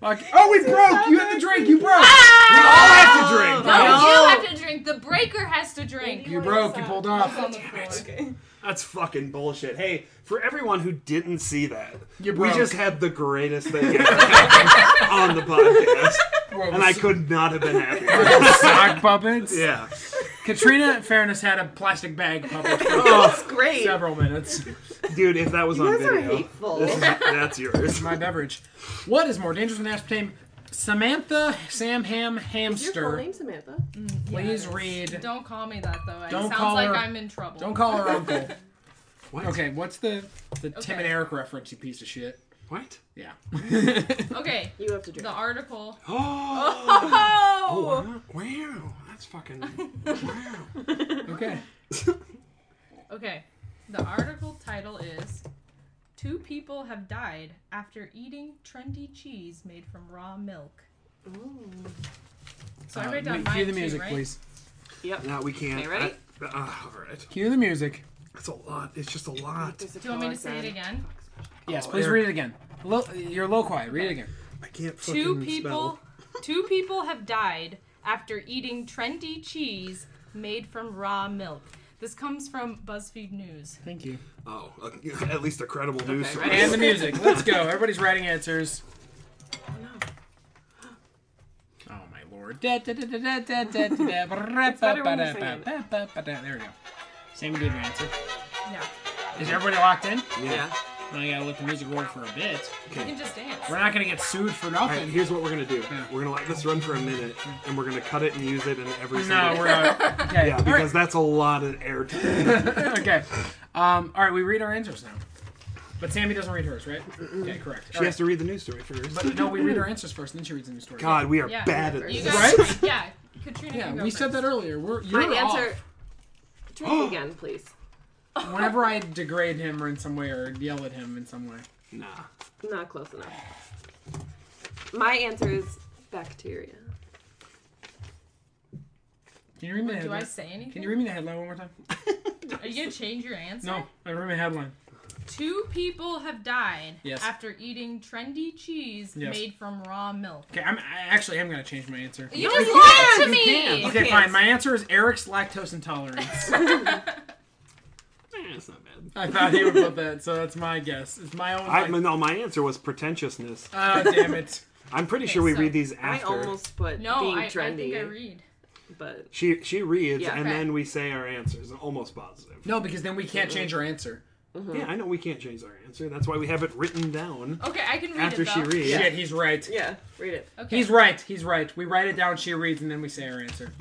B: Fuck. Oh, we broke. You had to drink. You broke.
D: Ah!
B: We all have to drink.
F: No,
D: No.
F: you have to drink. The breaker has to drink.
B: You broke. You pulled off.
F: on the floor.
I: That's fucking bullshit. Hey, for everyone who didn't see that,
B: You
I: we
B: broke.
I: just had the greatest thing ever happen on the podcast,
B: What
I: and I
B: was-
I: could not have been happier.
B: sock puppets.
I: yeah.
B: Katrina, in fairness, had a plastic bag puppet for
I: Oh,
D: It's great. You
B: several minutes.
I: dude, if that was on
D: guys are
I: video,
D: hateful.
I: that's yours.
B: My beverage. What is more dangerous than aspartame? Samantha Sam Ham
D: Your full
B: Hamster.
D: name, Samantha.
B: Please read.
F: Don't call me that though. It
B: Don't
F: sounds
B: call
F: like
B: her-
F: I'm in trouble.
B: Don't call her uncle.
I: What?
B: Okay, what's the the Tim
F: Okay.
B: and Eric reference? You piece of shit.
I: What?
B: Yeah.
F: Okay.
D: You have to drink.
F: The article.
I: Oh.
F: Oh.
I: Wow. Wow. That's fucking. Wow.
B: Okay.
F: Okay. The article title is Two people have died after eating trendy cheese made from raw milk. So I
B: Uh,
F: write down mine
B: cue the
F: too,
B: music,
F: right?
B: please.
I: No, we can't.
D: Okay, ready?
I: I- uh, all right.
B: Cue the music.
I: It's a lot. It's just a lot.
D: There's a
F: Do you want me to
D: colour
F: say it
D: sign.
F: again?
B: Yes,
I: Oh,
B: please
I: Eric.
B: read it again. Lo- you're low quiet. Read it again.
I: I can't fucking
F: Two people
I: spell.
F: two people have died after eating trendy cheese made from raw milk. This comes from BuzzFeed News.
B: Thank you.
I: Oh, uh, at least a credible news source.
B: And the music. Let's go. Everybody's writing answers. Oh my lord. Da, da, da, da, da, da, da, da, ba, ba,
D: better
B: ba,
D: when you
B: da,
D: sing
B: ba,
D: it.
B: ba, ba, ba, da. There we go. Sammy did your answer.
F: Yeah.
B: Is everybody locked in?
D: Yeah.
B: Now you gotta let the music roll for a bit.
F: You can just dance.
B: We're not gonna get sued for
I: All right,
B: nothing.
I: here's what we're gonna do. We're gonna let this run for a minute, and we're gonna cut it and use it in every
B: No,
I: single.
B: we're not. Okay.
I: yeah,
B: all
I: because
B: right.
I: that's a lot of airtime.
B: okay. Um, all right, we read our answers now. But Sammy doesn't read hers, right? Okay, correct.
I: She
B: All
I: has
B: right.
I: to read the news story first.
B: But no, we read our answers first, and then she reads the new story.
I: God, we are
F: Yeah.
I: bad at
F: You
I: this.
F: guys,
B: Right?
F: Yeah. Katrina
B: Yeah,
F: can go
B: we
F: first.
B: said that earlier. We're you're
D: My answer.
B: off.
D: Drink again, please.
B: Whenever I degrade him or in some way or yell at him in some way.
I: Nah.
D: Not close enough. My answer is bacteria.
B: Can you read me the
F: Do I
B: headline?
F: say anything?
B: Can you read me the headline one more time?
F: Are you gonna change your answer?
B: No, I read the headline.
F: Two people have died
B: Yes.
F: after eating trendy cheese
B: Yes.
F: made from raw milk.
B: Okay, I'm I actually am gonna change my answer.
F: You just lied to me.
B: Okay,
D: can't.
B: fine. My answer is Eric's lactose intolerance.
I: Eh, it's not bad.
B: I thought he would put that, so that's my guess. It's my own.
I: I,
B: like-
I: no, my answer was pretentiousness.
B: Ah, damn it.
I: I'm pretty sure we
F: so
I: read these
D: I
I: after.
D: almost put
F: No,
D: being
F: I, I
D: trendy,
F: think I read.
D: but
I: She she reads
D: Yeah.
I: and
F: Okay.
I: then we say our answers. Almost positive.
B: No, because then we can't change our answer.
C: Yeah, I know we can't change our answer. That's why we have it written down
F: Okay, I can read
C: after
F: it though.
C: she reads.
B: Shit, he's right.
D: Yeah, read it.
F: Okay.
B: He's right. He's right. We write it down, she reads, and then we say our answer.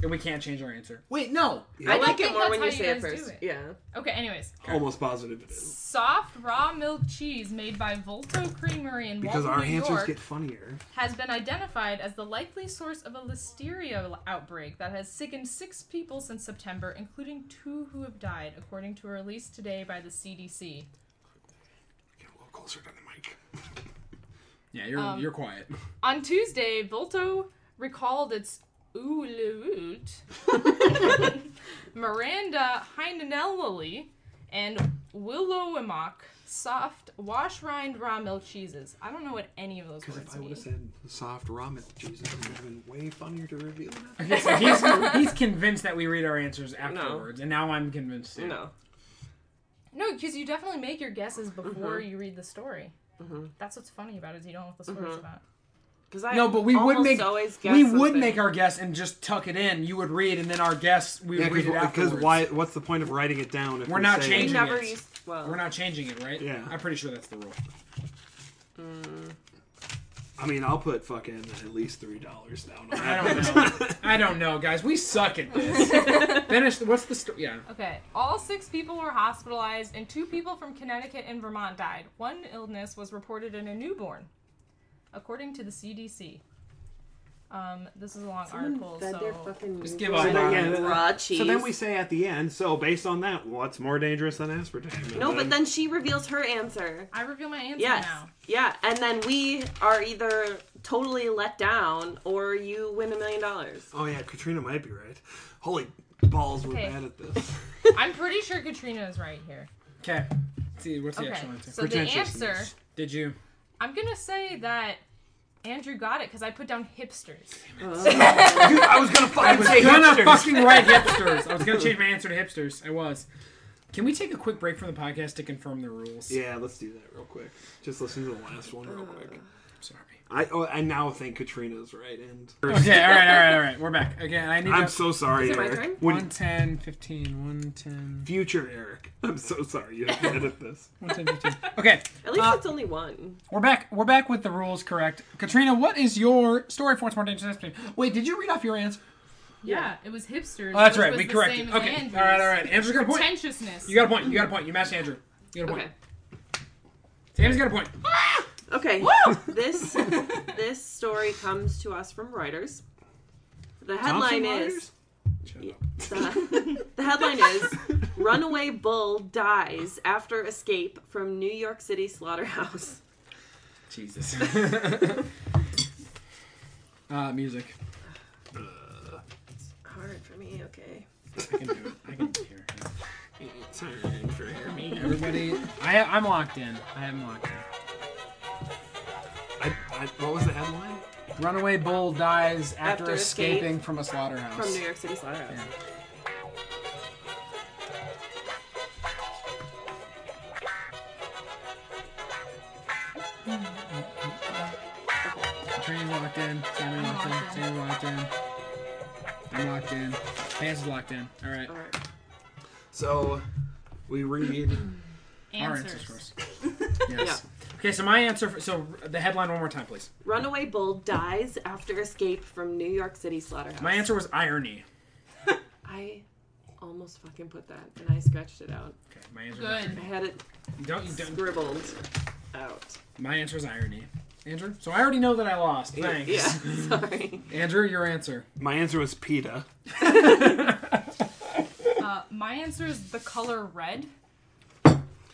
B: And we can't change our answer. Wait, no.
D: I
F: don't
D: like it
F: think
D: more
F: that's
D: when
F: how
D: you
F: you
D: say
F: guys
D: it
F: do
D: first.
F: it.
D: Yeah.
F: Okay, anyways.
C: Almost positive it is.
F: Soft raw milk cheese made by Volto Creamery in
C: Because
F: Walton,
C: our
F: New
C: answers
F: York
C: get funnier.
F: has been identified as the likely source of a listeria outbreak that has sickened six people since September, including two who have died, according to a release today by the CDC.
C: Get a little closer to the mic.
B: Yeah, you're
F: Um,
B: you're quiet.
F: On Tuesday, Volto recalled its Oolute, Miranda Heinanelli, and Willowimak soft wash rind raw milk cheeses. I don't know what any of those
C: Because if
F: words
C: I would
F: mean.
C: have said soft raw milk cheeses, it would have been way funnier to reveal that.
B: Okay, so he's he's convinced that we read our answers afterwards, and now I'm convinced. Too.
D: No.
F: No, because you definitely make your guesses
C: Uh-huh.
F: before you read the story.
C: Mm-hmm.
F: That's what's funny about it is you don't know what the story's about.
D: Because I
B: No, but we would
D: almost
B: make
D: always guess
B: we would
D: something.
B: make our guess and just tuck it in. You would read, and then our guess we would read it
C: Yeah, because
B: afterwards.
C: why? What's the point of writing it down if
B: We're
C: we
B: not
C: say-
D: We
B: changing
D: never
B: it.
D: used. Well,
B: We're not changing it, right?
C: Yeah.
B: I'm pretty sure that's the rule.
C: I mean, I'll put fucking at least three dollars down. On
B: I
C: that.
B: don't know. I don't know, guys. We suck at this. Finish. What's the story? Yeah.
F: Okay. All six people were hospitalized, and two people from Connecticut and Vermont died. One illness was reported in a newborn, according to the CDC. Um, this is a long article,
D: fed their
F: so
D: fucking
B: Just give
D: newborn
B: up on
D: raw
B: it.
D: raw cheese.
C: So then we say at the end. So based on that, what's more dangerous than aspartame?
D: No, but then she reveals her answer.
F: I reveal my answer
D: Yes.
F: now.
D: Yeah, and then we are either totally let down or you win a million dollars.
C: Oh yeah, Katrina might be right. Holy balls, we're
F: Okay.
C: bad at this.
F: I'm pretty sure Katrina is right here.
B: Okay. See what's the
F: Okay.
B: actual answer.
F: So the answer,
C: Pretentiousness.
B: Did you?
F: I'm gonna say that Andrew got it because I put down hipsters.
C: Dude, I was gonna fucking
B: I was
C: say
B: gonna
C: hipsters.
B: fucking write hipsters. I was gonna change my answer to hipsters. I was. Can we take a quick break from the podcast to confirm the rules?
C: Yeah, let's do that real quick. Just listen to the last one real quick.
B: Sorry.
C: I oh, I now think Katrina's right, and
B: Okay. All right. All right. All right. We're back. Again, I need.
C: I'm
B: to-
C: so sorry,
D: it my
C: Eric.
D: turn?
C: When
B: 110, 15, 110,
C: future Eric, I'm so sorry you have to edit this.
B: 110, 15. Okay,
D: At
B: Uh,
D: least it's only one.
B: we're back. We're back with the rules correct. Katrina, what is your story for? It's more dangerous. than Aspartame? Wait, did you read off your answer?
F: Yeah, it was hipsters.
B: Oh, that's
F: which
B: right.
F: was
B: We
F: the
B: corrected.
F: same as
B: Okay.
F: Andrew's.
B: All right. All right. Andrew's got a point.
F: Pretentiousness.
B: You got a point. You got a point. You matched Andrew. You got a point.
D: Okay.
B: Sam's got a point.
D: Okay. this this story comes to us from Reuters. The headline is the, the headline is Runaway Bull Dies After Escape from New York City Slaughterhouse.
B: Jesus. uh, music.
D: Hard for me, okay.
B: I can do it. I can hear. it.
C: It's time for me.
B: Everybody, I, I'm locked in. I am locked in.
C: I, I, what was the headline?
B: Runaway bull dies after,
D: After escape.
B: escaping from a slaughterhouse.
D: From New York City Slaughterhouse.
B: Katrina's locked in. Sammy locked in.
F: locked in.
B: Sam's locked in. I'm locked in. Pants is locked in. All right.
D: All right.
C: So we read.
B: Our
F: Answers.
B: answers first. Yes. Okay, so my answer. For, so the headline one more time, please.
D: Runaway bull dies after escape from New York City slaughterhouse.
B: My answer was irony.
D: I almost fucking put that, and I scratched it out.
B: Okay, my answer. Was,
F: Good.
D: I had it
B: don't you don't.
D: scribbled out.
B: My answer is irony. Andrew. So I already know that I lost. Thanks.
D: Yeah, sorry.
B: Andrew, your answer.
C: My answer was PETA.
F: Uh, my answer is the color red.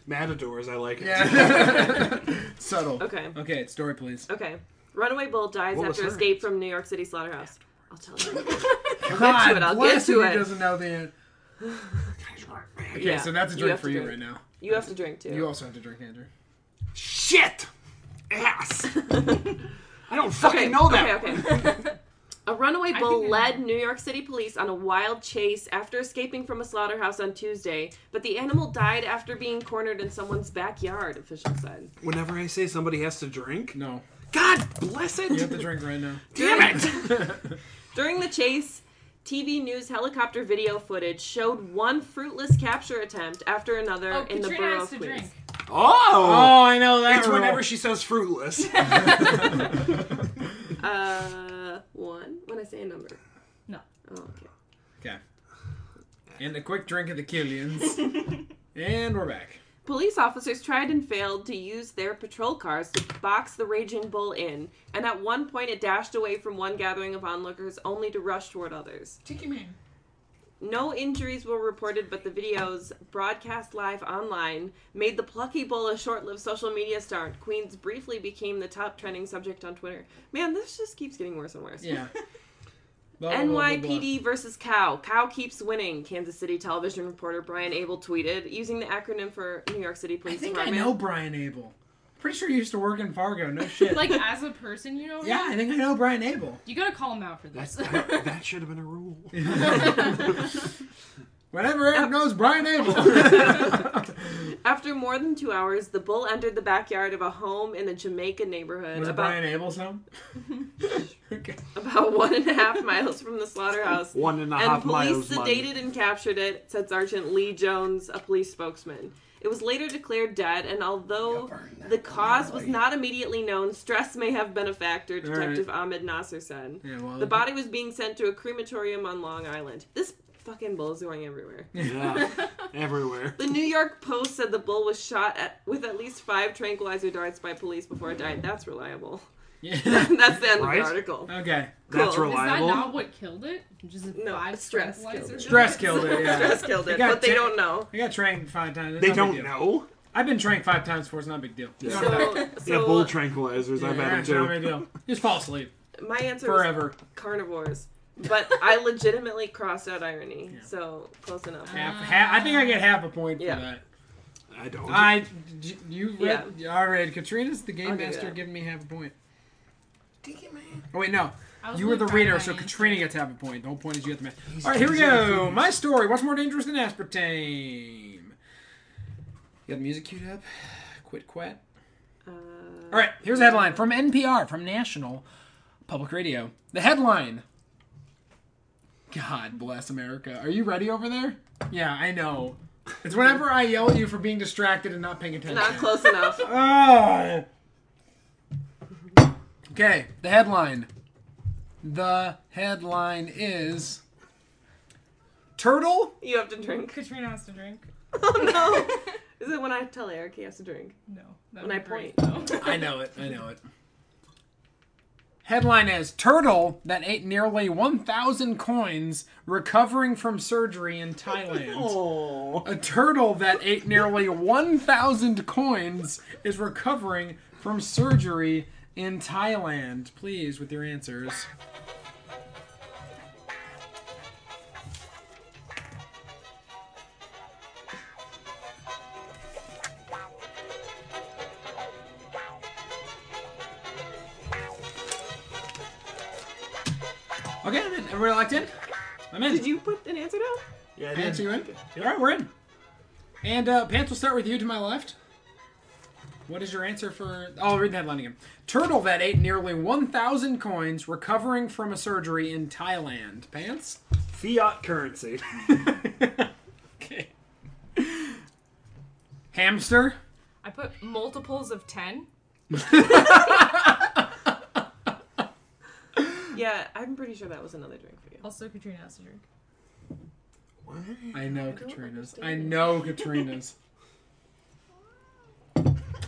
C: Matadors, I like it.
B: Subtle.
D: Okay.
B: Okay, story, please.
D: Okay. Runaway bull dies
C: What was
D: after
C: her
D: escape from New York City slaughterhouse. I'll tell you.
B: God
D: to it, I'll
B: bless
D: get
B: you,
D: to
B: He
D: it.
B: doesn't know the. Okay,
D: Yeah,
B: so that's a
D: you
B: drink
D: have
B: for
D: to
B: you
D: drink.
B: right now.
D: You have to drink too.
B: You also have to drink, Andrew.
C: Shit! Ass! I don't fucking know that.
D: Okay, okay. A runaway bull
F: think I
D: led New York City police on a wild chase after escaping from a slaughterhouse on Tuesday, but the animal died after being cornered in someone's backyard, officials said.
C: Whenever I say somebody has to drink,
B: No,
C: God bless it!
B: you have to drink right now.
C: Damn it!
D: During the chase, TV news helicopter video footage showed one fruitless capture attempt after another
F: Oh,
D: in the
F: Katrina
D: borough
F: has
D: of
F: to
D: Queens.
F: drink.
I: Oh,
B: Oh, I know that.
I: it's
B: rule.
I: whenever she says fruitless.
D: Uh, one. When I say a number.
F: No.
D: Oh, okay.
B: Okay. And a quick drink of the Killians. and we're back.
D: Police officers tried and failed to use their patrol cars to box the raging bull in, and at one point it dashed away from one gathering of onlookers only to rush toward others.
F: Tiki Man.
D: No injuries were reported, but the videos, broadcast live online, made the plucky bull a short lived social media star. and Queens briefly became the top trending subject on Twitter. Man, this just keeps getting worse and worse.
B: Yeah. Blah, blah, blah, blah, blah.
D: NYPD versus Cow. Cow keeps winning. Kansas City television reporter Brian Abel tweeted using the acronym for New York City
B: I
D: Police
B: think I
D: Department.
B: know Brian Abel. Pretty sure he used to work in Fargo. No shit.
F: Like as a person, you know.
B: yeah, I think I know Brian Abel.
F: You gotta call him out for this.
I: that should have been a rule.
B: Whatever Ab knows, Brian Abel.
D: After more than two hours, the bull entered the backyard of a home in a Jamaica neighborhood
B: Was it
D: about
B: Brian Abel's home? okay.
D: about one and a half miles from the slaughterhouse.
I: One and a
D: and
I: half
D: police
I: miles. Mike.
D: sedated and captured it, said Sergeant Lee Jones, a police spokesman. It was later declared dead, and although the cause was not immediately known, stress may have been a factor,
B: right.
D: Detective Ahmed Nasser said.
B: Yeah, well,
D: The body was being sent to a crematorium on Long Island. This fucking bull is going everywhere.
I: Yeah, everywhere.
D: The New York Post said the bull was shot at, with at least five tranquilizer darts by police before it died. That's reliable.
B: Yeah.
D: That's the end
I: Right?
D: of the article.
B: Okay.
I: That's
D: Cool. Is
F: Is that
I: reliable.
F: not what killed it? Just
D: No,
F: five
D: stress
F: tranquilizers?
D: killed it.
B: Stress killed it. Yeah.
D: Stress killed it,
B: got
D: but they
B: ta-
D: don't know.
B: I got trained five times. It's
I: they
B: no
I: don't
B: big deal.
I: know.
B: I've been trained five times before. It's not a big deal. It's not a big-
D: So, uh,
I: yeah,
D: so
I: bull tranquilizers. I've
B: yeah,
I: had
B: it's not a
I: them
B: big
I: too.
B: deal. Just fall asleep
D: my answer was
B: forever.
D: carnivores, but I legitimately crossed out irony, so close enough.
B: Half, half, I think I get half a point
D: uh, Yeah.
B: for that.
I: I don't.
B: I, d- you read, I read Katrina's the game
D: I'll give
B: master,
D: that.
B: giving me half a point. Oh wait, no,
F: I was
B: you were the
F: gonna try
B: reader,
F: my
B: so
F: answer.
B: Katrina gets half a point. The whole point is you have to match. All right, here we go. My story. What's more dangerous than aspartame? You got the music queued up. Quit, quit.
F: Uh,
B: All right, here's a headline from NPR, from National Public Radio. The headline. God bless America. Are you ready over there? Yeah, I know. It's whenever I yell at you for being distracted and not paying attention.
D: Not close enough.
B: Ah. Okay, the headline. The headline is Turtle?
D: You have to drink.
F: Katrina has to drink.
D: Oh no! Is it when I tell Eric he has to drink?
F: No. that
D: When I
F: would be great,
D: point.
F: though.
B: I know it. I know it. Headline is Turtle that ate nearly 1,000 coins recovering from surgery in Thailand. A turtle that ate nearly 1,000 coins is recovering from surgery in Thailand. Please, with your answers. Okay, I'm in. Everybody locked in? I'm in.
D: Did you put an answer down?
I: yeah, I did.
B: Pants, are you in? All right, we're in. And uh, Pants, we'll start with you to my left. What is your answer for? Oh, I'll read the headline again. Turtle that ate nearly 1,000 coins recovering from a surgery in Thailand. Pants?
I: Fiat currency.
B: Okay. Hamster?
F: I put multiples of 10.
D: Yeah, I'm pretty sure that was another drink for you.
F: Also, Katrina has to drink.
B: I know Katrina's. I know Katrina's.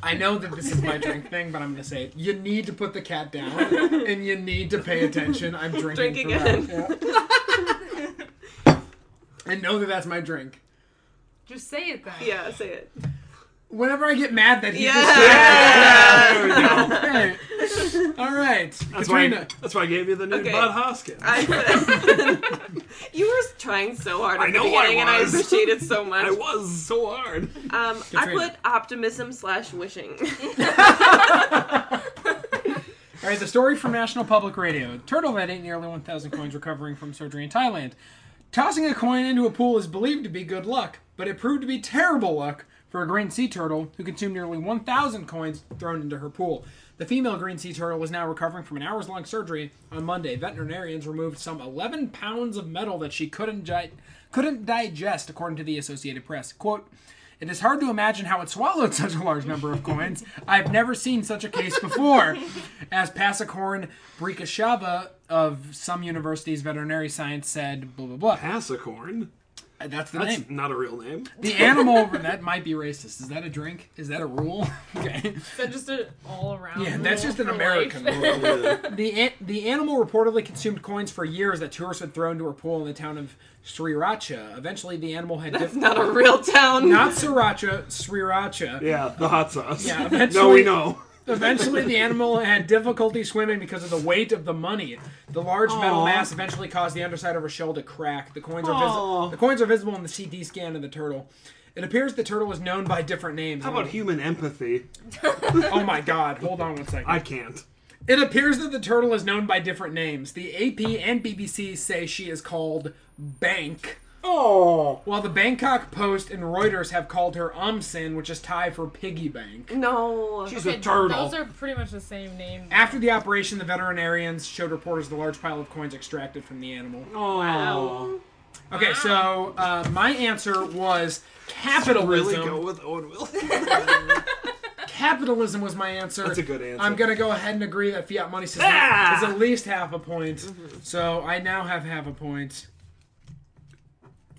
B: I know that this is my drink thing, but I'm gonna say it. You need to put the cat down, and you need to pay attention. I'm drinking.
D: Drink
B: for that.
D: again.
B: and know that that's my drink.
F: Just say it then.
D: Yeah, say it.
B: Whenever I get mad that he
D: Yeah.
B: just
I: There we go.
B: Okay. All right.
I: That's why.
B: Katrina.
I: that's why I gave you the new
D: Okay.
I: Bud Hoskins.
D: I put- you were trying so hard at
I: I
D: the
I: know I
D: beginning, and I
I: was.
D: appreciate it so much.
I: I was so hard.
D: Um, I
B: Katrina.
D: put optimism slash wishing.
B: All right, the story from National Public Radio. Turtle that ate nearly 1,000 coins recovering from surgery in Thailand. Tossing a coin into a pool is believed to be good luck, but it proved to be terrible luck for a green sea turtle who consumed nearly 1,000 coins thrown into her pool. The female green sea turtle is now recovering from an hours long surgery on Monday. Veterinarians removed some 11 pounds of metal that she couldn't, gi- couldn't digest, according to the Associated Press. Quote, it is hard to imagine how it swallowed such a large number of coins. I've never seen such a case before. As Pasakorn Brikashava of some university's veterinary science said, blah, blah, blah.
C: Passicorn?
B: Uh, That's the
C: That's
B: name.
C: not a real name.
B: The animal, that might be racist. Is that a drink? Is that a rule? okay.
F: Is that just an all around?
B: Yeah, that's just an American rule. The, an- the animal reportedly consumed coins for years that tourists had thrown to her pool in the town of Sriracha. Eventually, the animal had
D: That's
B: diff-
D: not a real town.
B: Not Sriracha, Sriracha.
C: Yeah, the hot sauce.
B: Yeah,
C: no, we
B: eventually-
C: know.
B: Eventually, the animal had difficulty swimming because of the weight of the money. The large metal
C: Aw.
B: mass eventually caused the underside of her shell to crack. The coins are visible.
C: Aw.
B: The coins are visible in the CD scan of the turtle. It appears the turtle was known by different names.
C: How about human empathy?
B: Oh my God! Hold on one second.
C: I can't.
B: It appears that the turtle is known by different names. The AP and BBC say she is called Bank,
C: Oh,
B: while the Bangkok Post and Reuters have called her Umsin, which is Thai for piggy bank.
D: No.
C: she's a
F: Okay,
C: turtle.
F: Those are pretty much the same name.
B: After the operation, the veterinarians showed reporters the large pile of coins extracted from the animal.
C: Aw.
B: Okay, so uh, my answer was
C: Really
B: capitalism.
C: go with Owen Wilson.
B: capitalism was my answer.
C: That's a good answer.
B: I'm gonna go ahead and agree that fiat money system
C: Ah! Mm-hmm.
B: is at least half a point. So I now have half a point.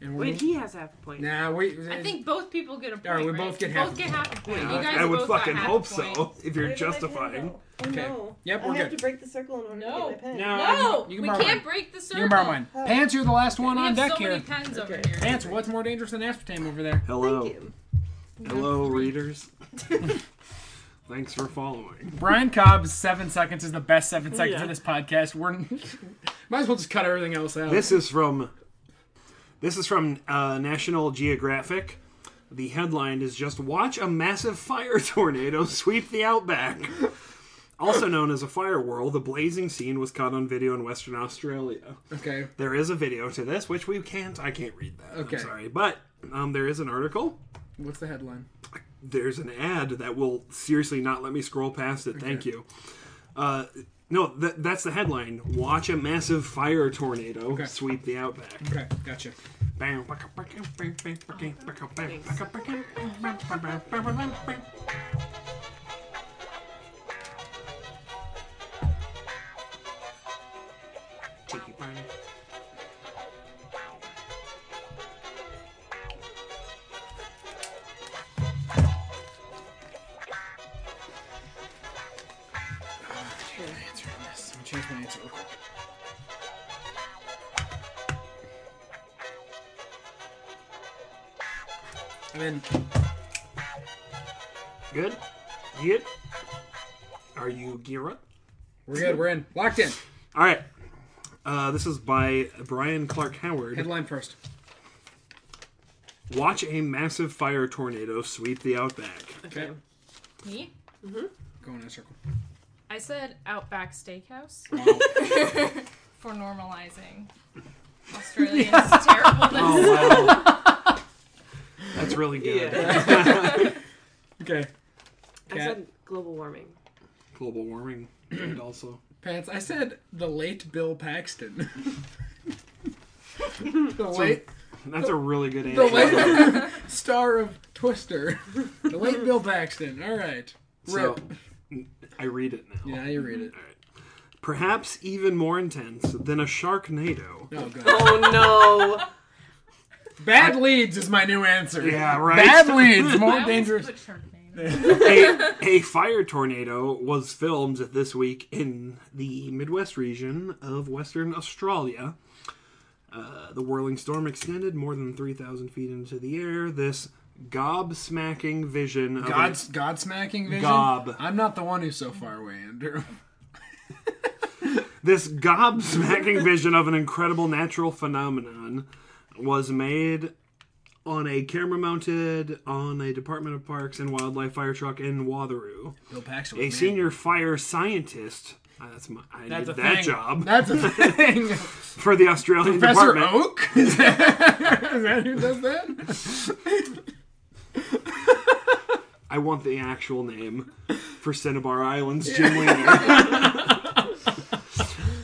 B: And we're
D: Wait, he has half a point.
B: Nah, we.
F: I think both people get a point.
B: right, we
F: right?
B: both get
F: You
B: half a
F: both get half a point. You guys
C: I would
F: both got
C: fucking
F: half a
C: hope
F: point.
C: so. If you're justifying,
J: Oh,
B: Okay.
J: no.
B: Yep,
J: I
B: we're
J: have
B: good.
J: to break the circle in order
F: No.
J: to get my pen.
B: No,
F: No,
B: you can
F: we
B: borrow
F: can't
B: mine.
F: break the circle.
B: You can borrow mine. Pants, you're the last one
F: We
B: on
F: have
B: deck
F: so
B: here.
F: many pens over
J: Okay.
F: here.
B: Pants, what's more dangerous than aspartame over there?
C: hello,
J: Thank you.
C: hello, readers. Thanks for following.
B: Brian Cobb's seven seconds is the best
C: Oh,
B: seven seconds
D: Yeah.
B: of this podcast. We're might as well just cut everything else out.
C: This is from this is from uh, National Geographic. The headline is just watch a massive fire tornado sweep the outback. Also known as a fire whirl, the blazing scene was caught on video in Western Australia.
B: okay.
C: There is a video to this, which we can't. I can't read that.
B: Okay.
C: I'm sorry, but um, there is an article.
B: What's the headline?
C: There's an ad that will seriously not let me scroll past it. Thank you. Uh, no, th- that's the headline. Watch a massive fire tornado
B: Okay.
C: sweep the outback.
B: Okay, gotcha.
C: Bam, baka, baka, bam, bam, baka, baka, bam,
D: thanks.
C: baka, baka, bam, bam, bam, bam, bam, bam, bam. Tiki party.
B: Answer on this. I'm gonna change my answer real quick. I mean,
C: Good? You good? Are you gear up?
B: we're good. We're in. Locked in.
C: All right. Uh, this is by Brian Clark Howard.
B: Headline first.
C: Watch a massive fire tornado sweep the outback.
B: Okay.
F: Me?
B: Going in a circle.
F: I said Outback Steakhouse for normalizing Australians' terribleness.
C: Oh wow. That's really good.
B: Okay.
D: I said global warming.
C: Global warming and also.
B: Pants, I said the late Bill Paxton. the late,
C: That's a really good
B: the
C: answer.
B: late star of Twister. The late Bill Paxton. All right.
C: So,
B: Rip.
C: I read it now.
B: yeah, you read it.
C: Perhaps even more intense than a Sharknado.
B: Oh, God.
D: Oh no.
B: Bad leads is my new answer.
C: Yeah, right.
B: Bad leads,
F: I
B: more
F: always
B: dangerous.
F: put Sharknado.
C: a, a fire tornado was filmed this week in the Midwest region of Western Australia. Uh, the whirling storm extended more than 3,000 feet into the air. This gobsmacking vision of
B: God, Godsmacking vision.
C: Gob.
B: I'm not the one who's so far away, Andrew.
C: This gobsmacking vision of an incredible natural phenomenon was made on a camera mounted on a Department of Parks and Wildlife fire truck in Watheroo.
B: Bill Paxton.
C: A
B: man.
C: senior fire scientist. uh, that's my. I
B: That's a
C: did that
B: thing.
C: job
B: That's a thing.
C: for the Australian
B: Professor
C: Department.
B: Oak? Is that, is that who does that?
C: want the actual name for Cinnabar Island's Jim Wiener.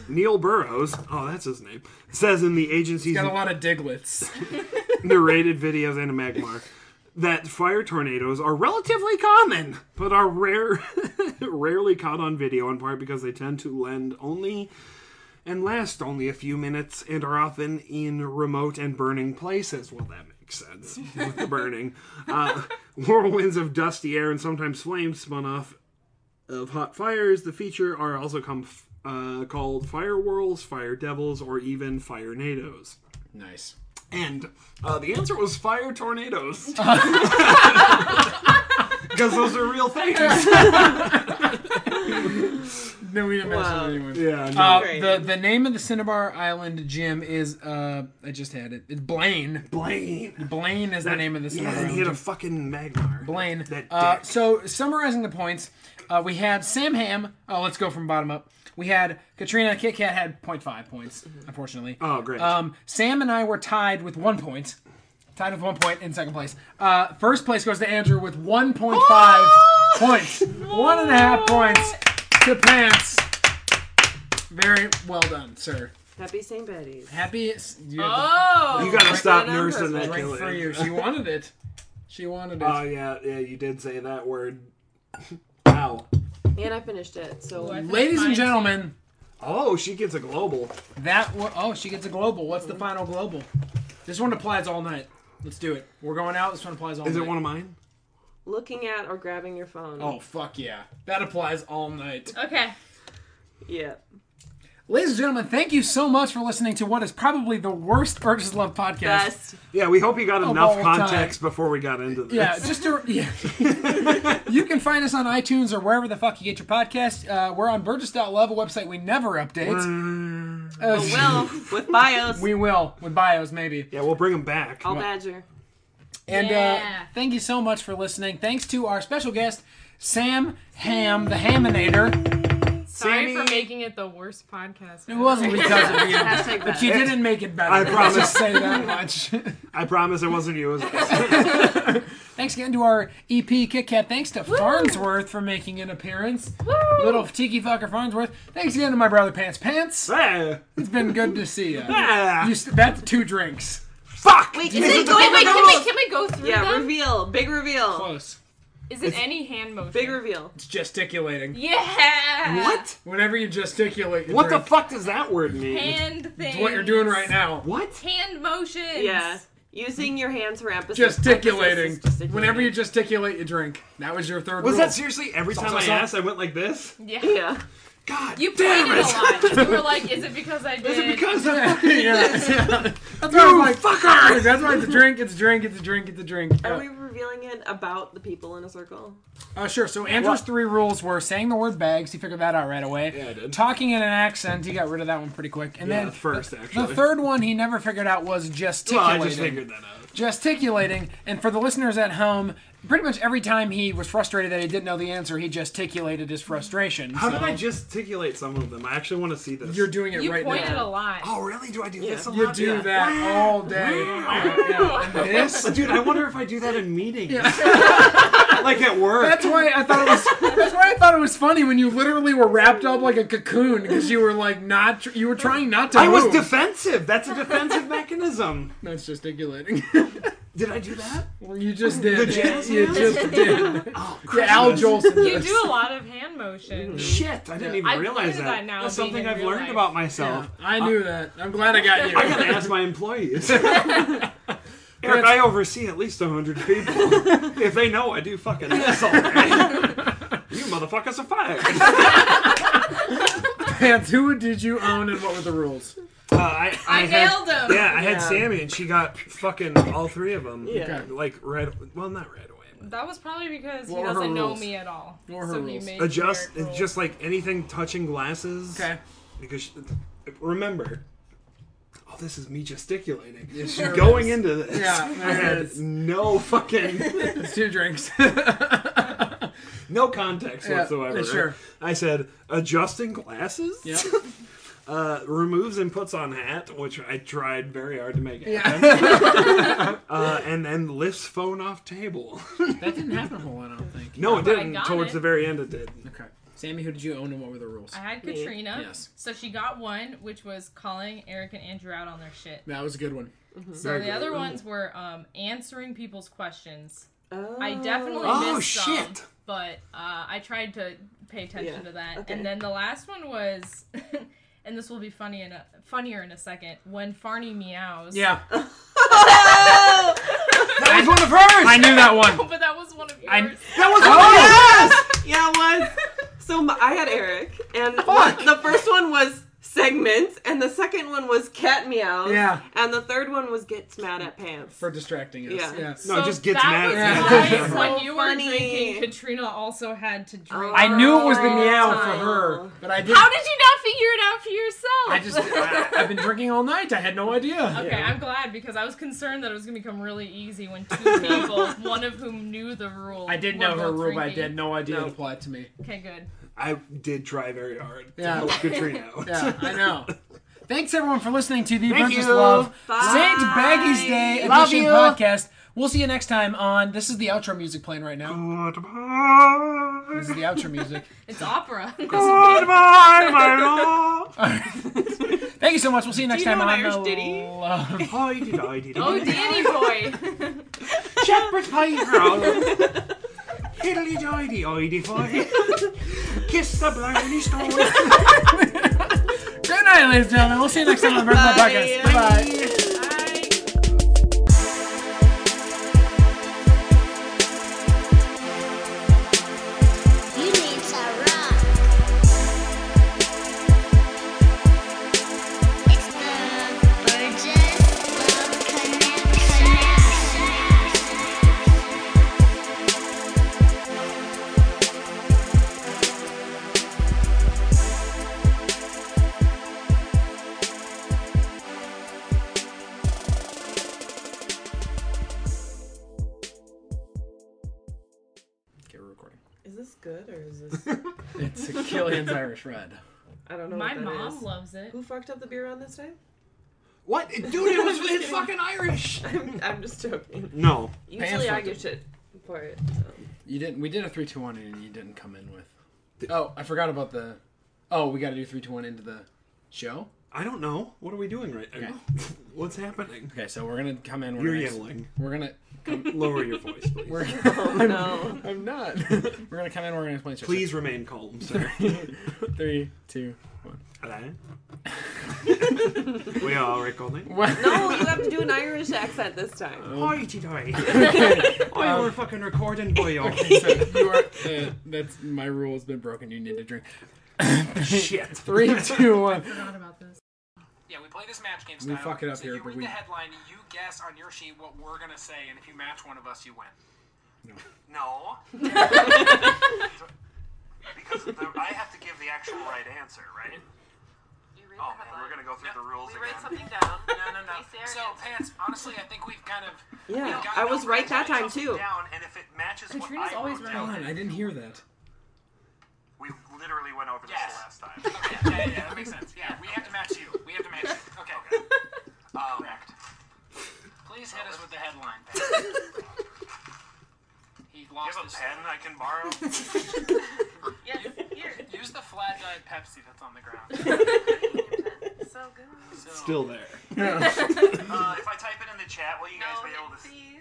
C: Neil Burrows, oh, that's his name, says in the agency's
B: Got a lot of diglets.
C: narrated videos and a magmar that fire tornadoes are relatively common but are rare rarely caught on video in part because they tend to lend only and last only a few minutes and are often in remote and burning places well that makes sense with the burning uh, whirlwinds of dusty air and sometimes flames spun off of hot fires the feature are also come, uh, called fire whirls fire devils or even fire nados
B: Nice.
C: and uh, the answer was fire tornadoes. Because those are real things.
B: No, we didn't mention
D: Wow.
B: anyone.
C: Yeah, no.
B: Uh,
D: Great.
B: the the name of the Cinnabar Island gym is uh I just had it. It's Blaine.
C: Blaine.
B: Blaine is the name of the Cinnabar
C: Yeah,
B: Island.
C: he had a
B: gym.
C: fucking Magmar.
B: Blaine.
C: That
B: Uh,
C: dick.
B: so summarizing the points, uh, we had Sam Ham. Oh, let's go from bottom up. We had Katrina Kit Kat had 0.5 points, unfortunately.
C: Oh, great.
B: Um, Sam and I were tied with one point. Tied with one point in second place. Uh, first place goes to Andrew with 1.5
C: Oh!
B: points. One and a half points to Pants. Very well done, sir.
D: Happy St. Betty's.
B: Happy. You have
F: Oh!
C: you gotta stop
D: that on
C: nursing that
B: the
C: kill.
B: drink for you. She wanted it. She wanted it.
C: Oh, yeah, yeah, you did say that word. Wow.
D: And I finished it, so
F: Ooh, I think
B: Ladies and
F: mine's-
B: gentlemen,
C: Oh, she gets a global.
B: That wa- oh, she gets a global. What's the final global? This one applies all night. Let's do it. We're going out. This one applies all
C: Is
B: night.
C: it one of mine?
D: looking at or grabbing your phone.
B: Oh fuck yeah! That applies all night.
F: Okay.
D: Yeah.
B: Ladies and gentlemen, thank you so much for listening to what is probably the worst Urges Love podcast.
D: Best.
C: Yeah, we hope you got enough
B: all time.
C: context before we got into this.
B: Oh, Yeah, just to yeah. you can find us on iTunes or wherever the fuck you get your podcast. Uh, we're on Burgess.love, a website we never update. Uh,
D: Will with bios.
B: we will with bios maybe.
C: Yeah, we'll bring them back.
D: I'll badger.
B: And
F: Yeah.
B: uh, thank you so much for listening. Thanks to our special guest, Sam Ham, the Haminator.
F: Sorry for
C: Sammy-
F: making it the worst podcast.
B: It wasn't because of you,
D: Hashtag
B: but you
D: best.
B: didn't make it better.
C: I promise.
B: Let's just say that much.
C: I promise it wasn't you. It was
B: Thanks again to our EP Kit Kat. Thanks to Farnsworth for making an appearance.
F: Woo!
B: Little tiki fucker Farnsworth. Thanks again to my brother Pants Pants.
C: Ah,
B: It's been good to see you.
C: ah,
B: you st- that's two drinks.
C: fuck!
D: Is it
F: Wait, wait,
D: going
F: can we, can we go through
D: Yeah,
F: them?
D: reveal. Big reveal.
B: Close.
F: Is it any hand motion?
D: Big reveal.
B: It's gesticulating.
F: Yeah!
C: What?
B: Whenever you gesticulate, you
C: What the
B: drink.
C: fuck does that word mean?
F: Hand thing.
B: What you're doing right now.
C: What?
F: Hand motions.
D: Yeah. Using your hands for emphasis.
B: gesticulating.
D: Emphasis is
B: Whenever you gesticulate, you drink. That was your third
C: Was
B: rule.
C: that seriously every time I
B: also-
C: asked, I went like this?
F: Yeah.
D: Yeah.
C: God
F: You
C: damn
F: pointed
C: it!
F: a lot. You were like, is it because I did?
C: Is it because of fucking
B: That's why I
C: you,
B: was like,
C: fucker?
B: that's why it's a drink, it's a drink, it's a drink, it's a drink.
D: Are
B: Yeah.
D: we revealing it about the people in a circle?
B: Uh, sure, so Andrew's three rules were saying the word bags, he figured that out right away.
C: Yeah, I did.
B: Talking in an accent, he got rid of that one pretty quick. And
C: Yeah,
B: then
C: first,
B: the
C: actually.
B: third one he never figured out was
C: Well,
B: gesticulating.
C: I just figured that out.
B: gesticulating, and for the listeners at home, pretty much every time he was frustrated that he didn't know the answer, he gesticulated his frustration.
C: How did
B: so
C: I gesticulate some of them? I actually want to see this.
B: You're doing it
F: You
B: right
F: pointed
B: now.
F: a lot.
C: oh, really? Do I do this a
B: You
C: lot?
B: do
C: Yeah.
B: that all day. Yeah, yeah. And this
C: Dude, I wonder if I do that in meetings. like at work.
B: That's why I thought it was. That's why I thought it was funny when you literally were wrapped up like a cocoon because you were like not. tr- You were trying not to.
C: I was
B: move.
C: defensive. That's a defensive mechanism.
B: That's gesticulating.
C: Did I do that?
B: you just did.
C: The jazz
B: you
C: hands?
B: just did.
C: Oh,
B: Yeah,
C: crap.
B: Al Jolson.
F: You
B: does.
F: do a lot of hand
C: Mm.
F: motions.
C: Shit, I didn't even
F: I
C: realize
F: learned
C: that.
F: that now
C: That's
F: being
C: something
F: in
C: I've
F: real
C: learned
F: life.
C: about
B: Yeah,
C: myself.
B: I knew that. I'm glad I got
C: I gotta
B: you.
C: ask my employees. Eric, I oversee at least hundred people. if they know I do fucking this all day, you motherfuckers are fired.
B: Pants. Who did you own and what were the rules?
C: Uh, I, I,
F: I
C: had,
F: nailed him.
C: Yeah, I had
D: Yeah.
C: Sammy, and she got fucking all three of them.
D: Yeah.
B: Okay.
C: Like right, well, not right away. but
F: That was probably because
B: What
F: he
B: were her
F: doesn't know
B: rules?
F: me at all.
B: What were her
F: so he
B: rules?
F: made
C: Adjust,
F: weird rules.
C: just like anything touching glasses.
B: Okay.
C: Because she, remember, oh, this is me gesticulating.
B: sure
C: Going into this,
B: Yeah,
C: I had
B: it's-
C: no fucking.
B: It's two drinks.
C: No context
B: Yeah,
C: whatsoever.
B: sure.
C: I said adjusting glasses.
B: Yep.
C: Uh, removes and puts on hat, which I tried very hard to make happen. uh, and then lifts phone off table.
B: That didn't happen a whole lot, I don't think.
C: No, it
F: But I
C: didn't.
F: got
C: Towards
F: it.
C: the very end, it did.
B: Okay. Sammy, who did you own and what were the rules?
F: I had Katrina.
B: Yes.
F: So she got one, which was calling Eric and Andrew out on their shit.
B: That was a good one.
F: So
C: Very
F: the
C: good.
F: other ones were um, answering people's questions.
D: Oh.
F: I definitely
C: Oh,
F: missed some,
C: shit.
F: but uh, I tried to pay attention
D: Yeah,
F: to that.
D: okay.
F: And then the last one was, and this will be funny in a, funnier in a second. When Farney meows.
B: Yeah.
D: Oh!
B: That was one of hers! I knew that one.
F: But that was one of yours.
B: I- Oh!
C: That was
D: Yeah, it was. So my, I had Eric, and the first one was segments, and the second one was cat meows.
B: Yeah.
D: And the third one was gets mad at pants.
B: For distracting us.
D: Yeah.
B: Yes.
C: No, it just gets
F: that
C: mad
B: at
F: Was
B: me.
F: why,
D: Yeah.
F: when
D: So
F: you
D: funny.
F: were drinking, Katrina also had to drink.
B: I knew it was the
D: Oh.
B: meow for her, but I didn't.
F: How did you not figure it out for yourself?
B: I just, I, I've been drinking all night. I had no idea.
F: Okay, I'm glad because I was concerned that it was gonna become really easy when two people, one of whom knew the rule.
B: I did
F: were
B: know her
F: both
B: rule, but I
F: drinking.
B: had no idea
C: No.
B: it applied to me.
F: Okay, good.
C: I did try very hard to
B: Yeah.
C: help Katrina out.
B: Yeah, I know. Thanks everyone for listening to the Thank
C: you.
B: Love
D: Bye.
B: Saint Baggy's Day
C: Love
B: edition
C: you.
B: podcast. We'll see you next time on. This is the outro music playing right now.
C: Goodbye,
B: This is the outro music.
F: It's opera. Oh,
C: goodbye, my love.
B: Thank you so much. We'll see you next
D: you
B: time
D: know
B: on
D: an Irish
B: the
D: ditty?
B: Love.
C: Hoity-toity.
F: oh, Danny boy.
C: Shepherd's pie roll. Hiddly doidy oidy boy. Kiss the blindly story.
B: Good night, ladies and gentlemen. We'll see you next time on the Birthday
D: Bye.
B: Podcast. Bye bye.
F: Hi.
A: You need to rock. It's the Burgess Love Connection.
B: Okay, we're recording.
D: Is this good or is this?
B: It's Killian's Irish Red.
D: I don't know.
F: My
D: what that
F: mom
D: is.
F: loves it.
D: Who fucked up the beer on this time?
C: What? Dude, it was it's fucking Irish.
D: I'm, I'm just joking.
C: No.
D: Usually I
B: fucked
D: get shit for it. So.
B: You didn't. We did a three, two, one, and you didn't come in with. Oh, I forgot about the. Oh, we got to do three, two, one into the show.
C: I don't know. What are we doing right now? What's happening?
B: Okay, so we're gonna come in. We're
C: You're
B: gonna-
C: yelling.
B: We're gonna.
C: Lower your voice, please.
B: We're,
D: Oh, No.
B: I'm not. We're gonna come in. We're gonna explain. stuff.
C: Please remain calm, sir.
B: Three, two, one.
C: Hello? we are recording.
D: No, Oh, you have to do an Irish accent this time.
C: Hoity toity. I were fucking recording, boy. oh.
B: So you are. Uh, that's my rule has been broken. You need to drink.
C: Shit.
B: Three, two, one.
F: Forgot about this.
J: Yeah, we play this match game
B: We
J: style.
B: fuck it up
J: so
B: here,
J: you
B: but
J: read
B: we-
J: the headline, you guess on your sheet what we're gonna say, and if you match one of us, you win. No. No. because the, I have to give the actual right answer, right? Oh man, we're gonna go through the rules again.
K: down.
J: No, no, no. So pants, honestly, I think we've kind of. we've
D: Yeah,
J: gotten
D: I was
J: over
D: right that time
J: writing something
D: too.
J: Down, and if it matches what
F: Katrina's
J: I
F: always
J: wrote
F: right.
J: down,
B: Come on, I didn't hear that.
K: We literally went over this
J: Yes.
K: the last time.
J: Okay, yeah, yeah, yeah, that makes sense. Yeah, we have to match you. We have to match you. Okay. Um, Correct. Please hit us with the headline. Pat. he
K: You
J: lost
K: have a
J: his.
K: pen I can borrow?
J: Yes, Use the flat diet Pepsi that's on the ground.
K: so good.
J: So,
C: Still there.
K: Uh, if I type it in the chat, will you guys be able to see?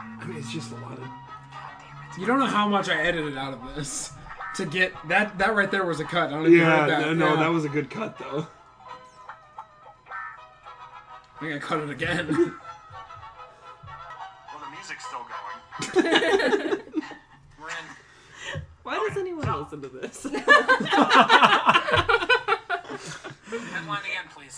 C: I mean, it's just a lot of.
B: You don't know how much I edited out of this to get that. That right there was a cut. I don't know if you
C: Yeah,
B: heard that.
C: no,
B: Yeah.
C: that was a good cut, though.
B: I think I cut it again.
K: Well, the music's still going.
J: we're in.
D: Why does anyone listen to this?
J: Headline again, please.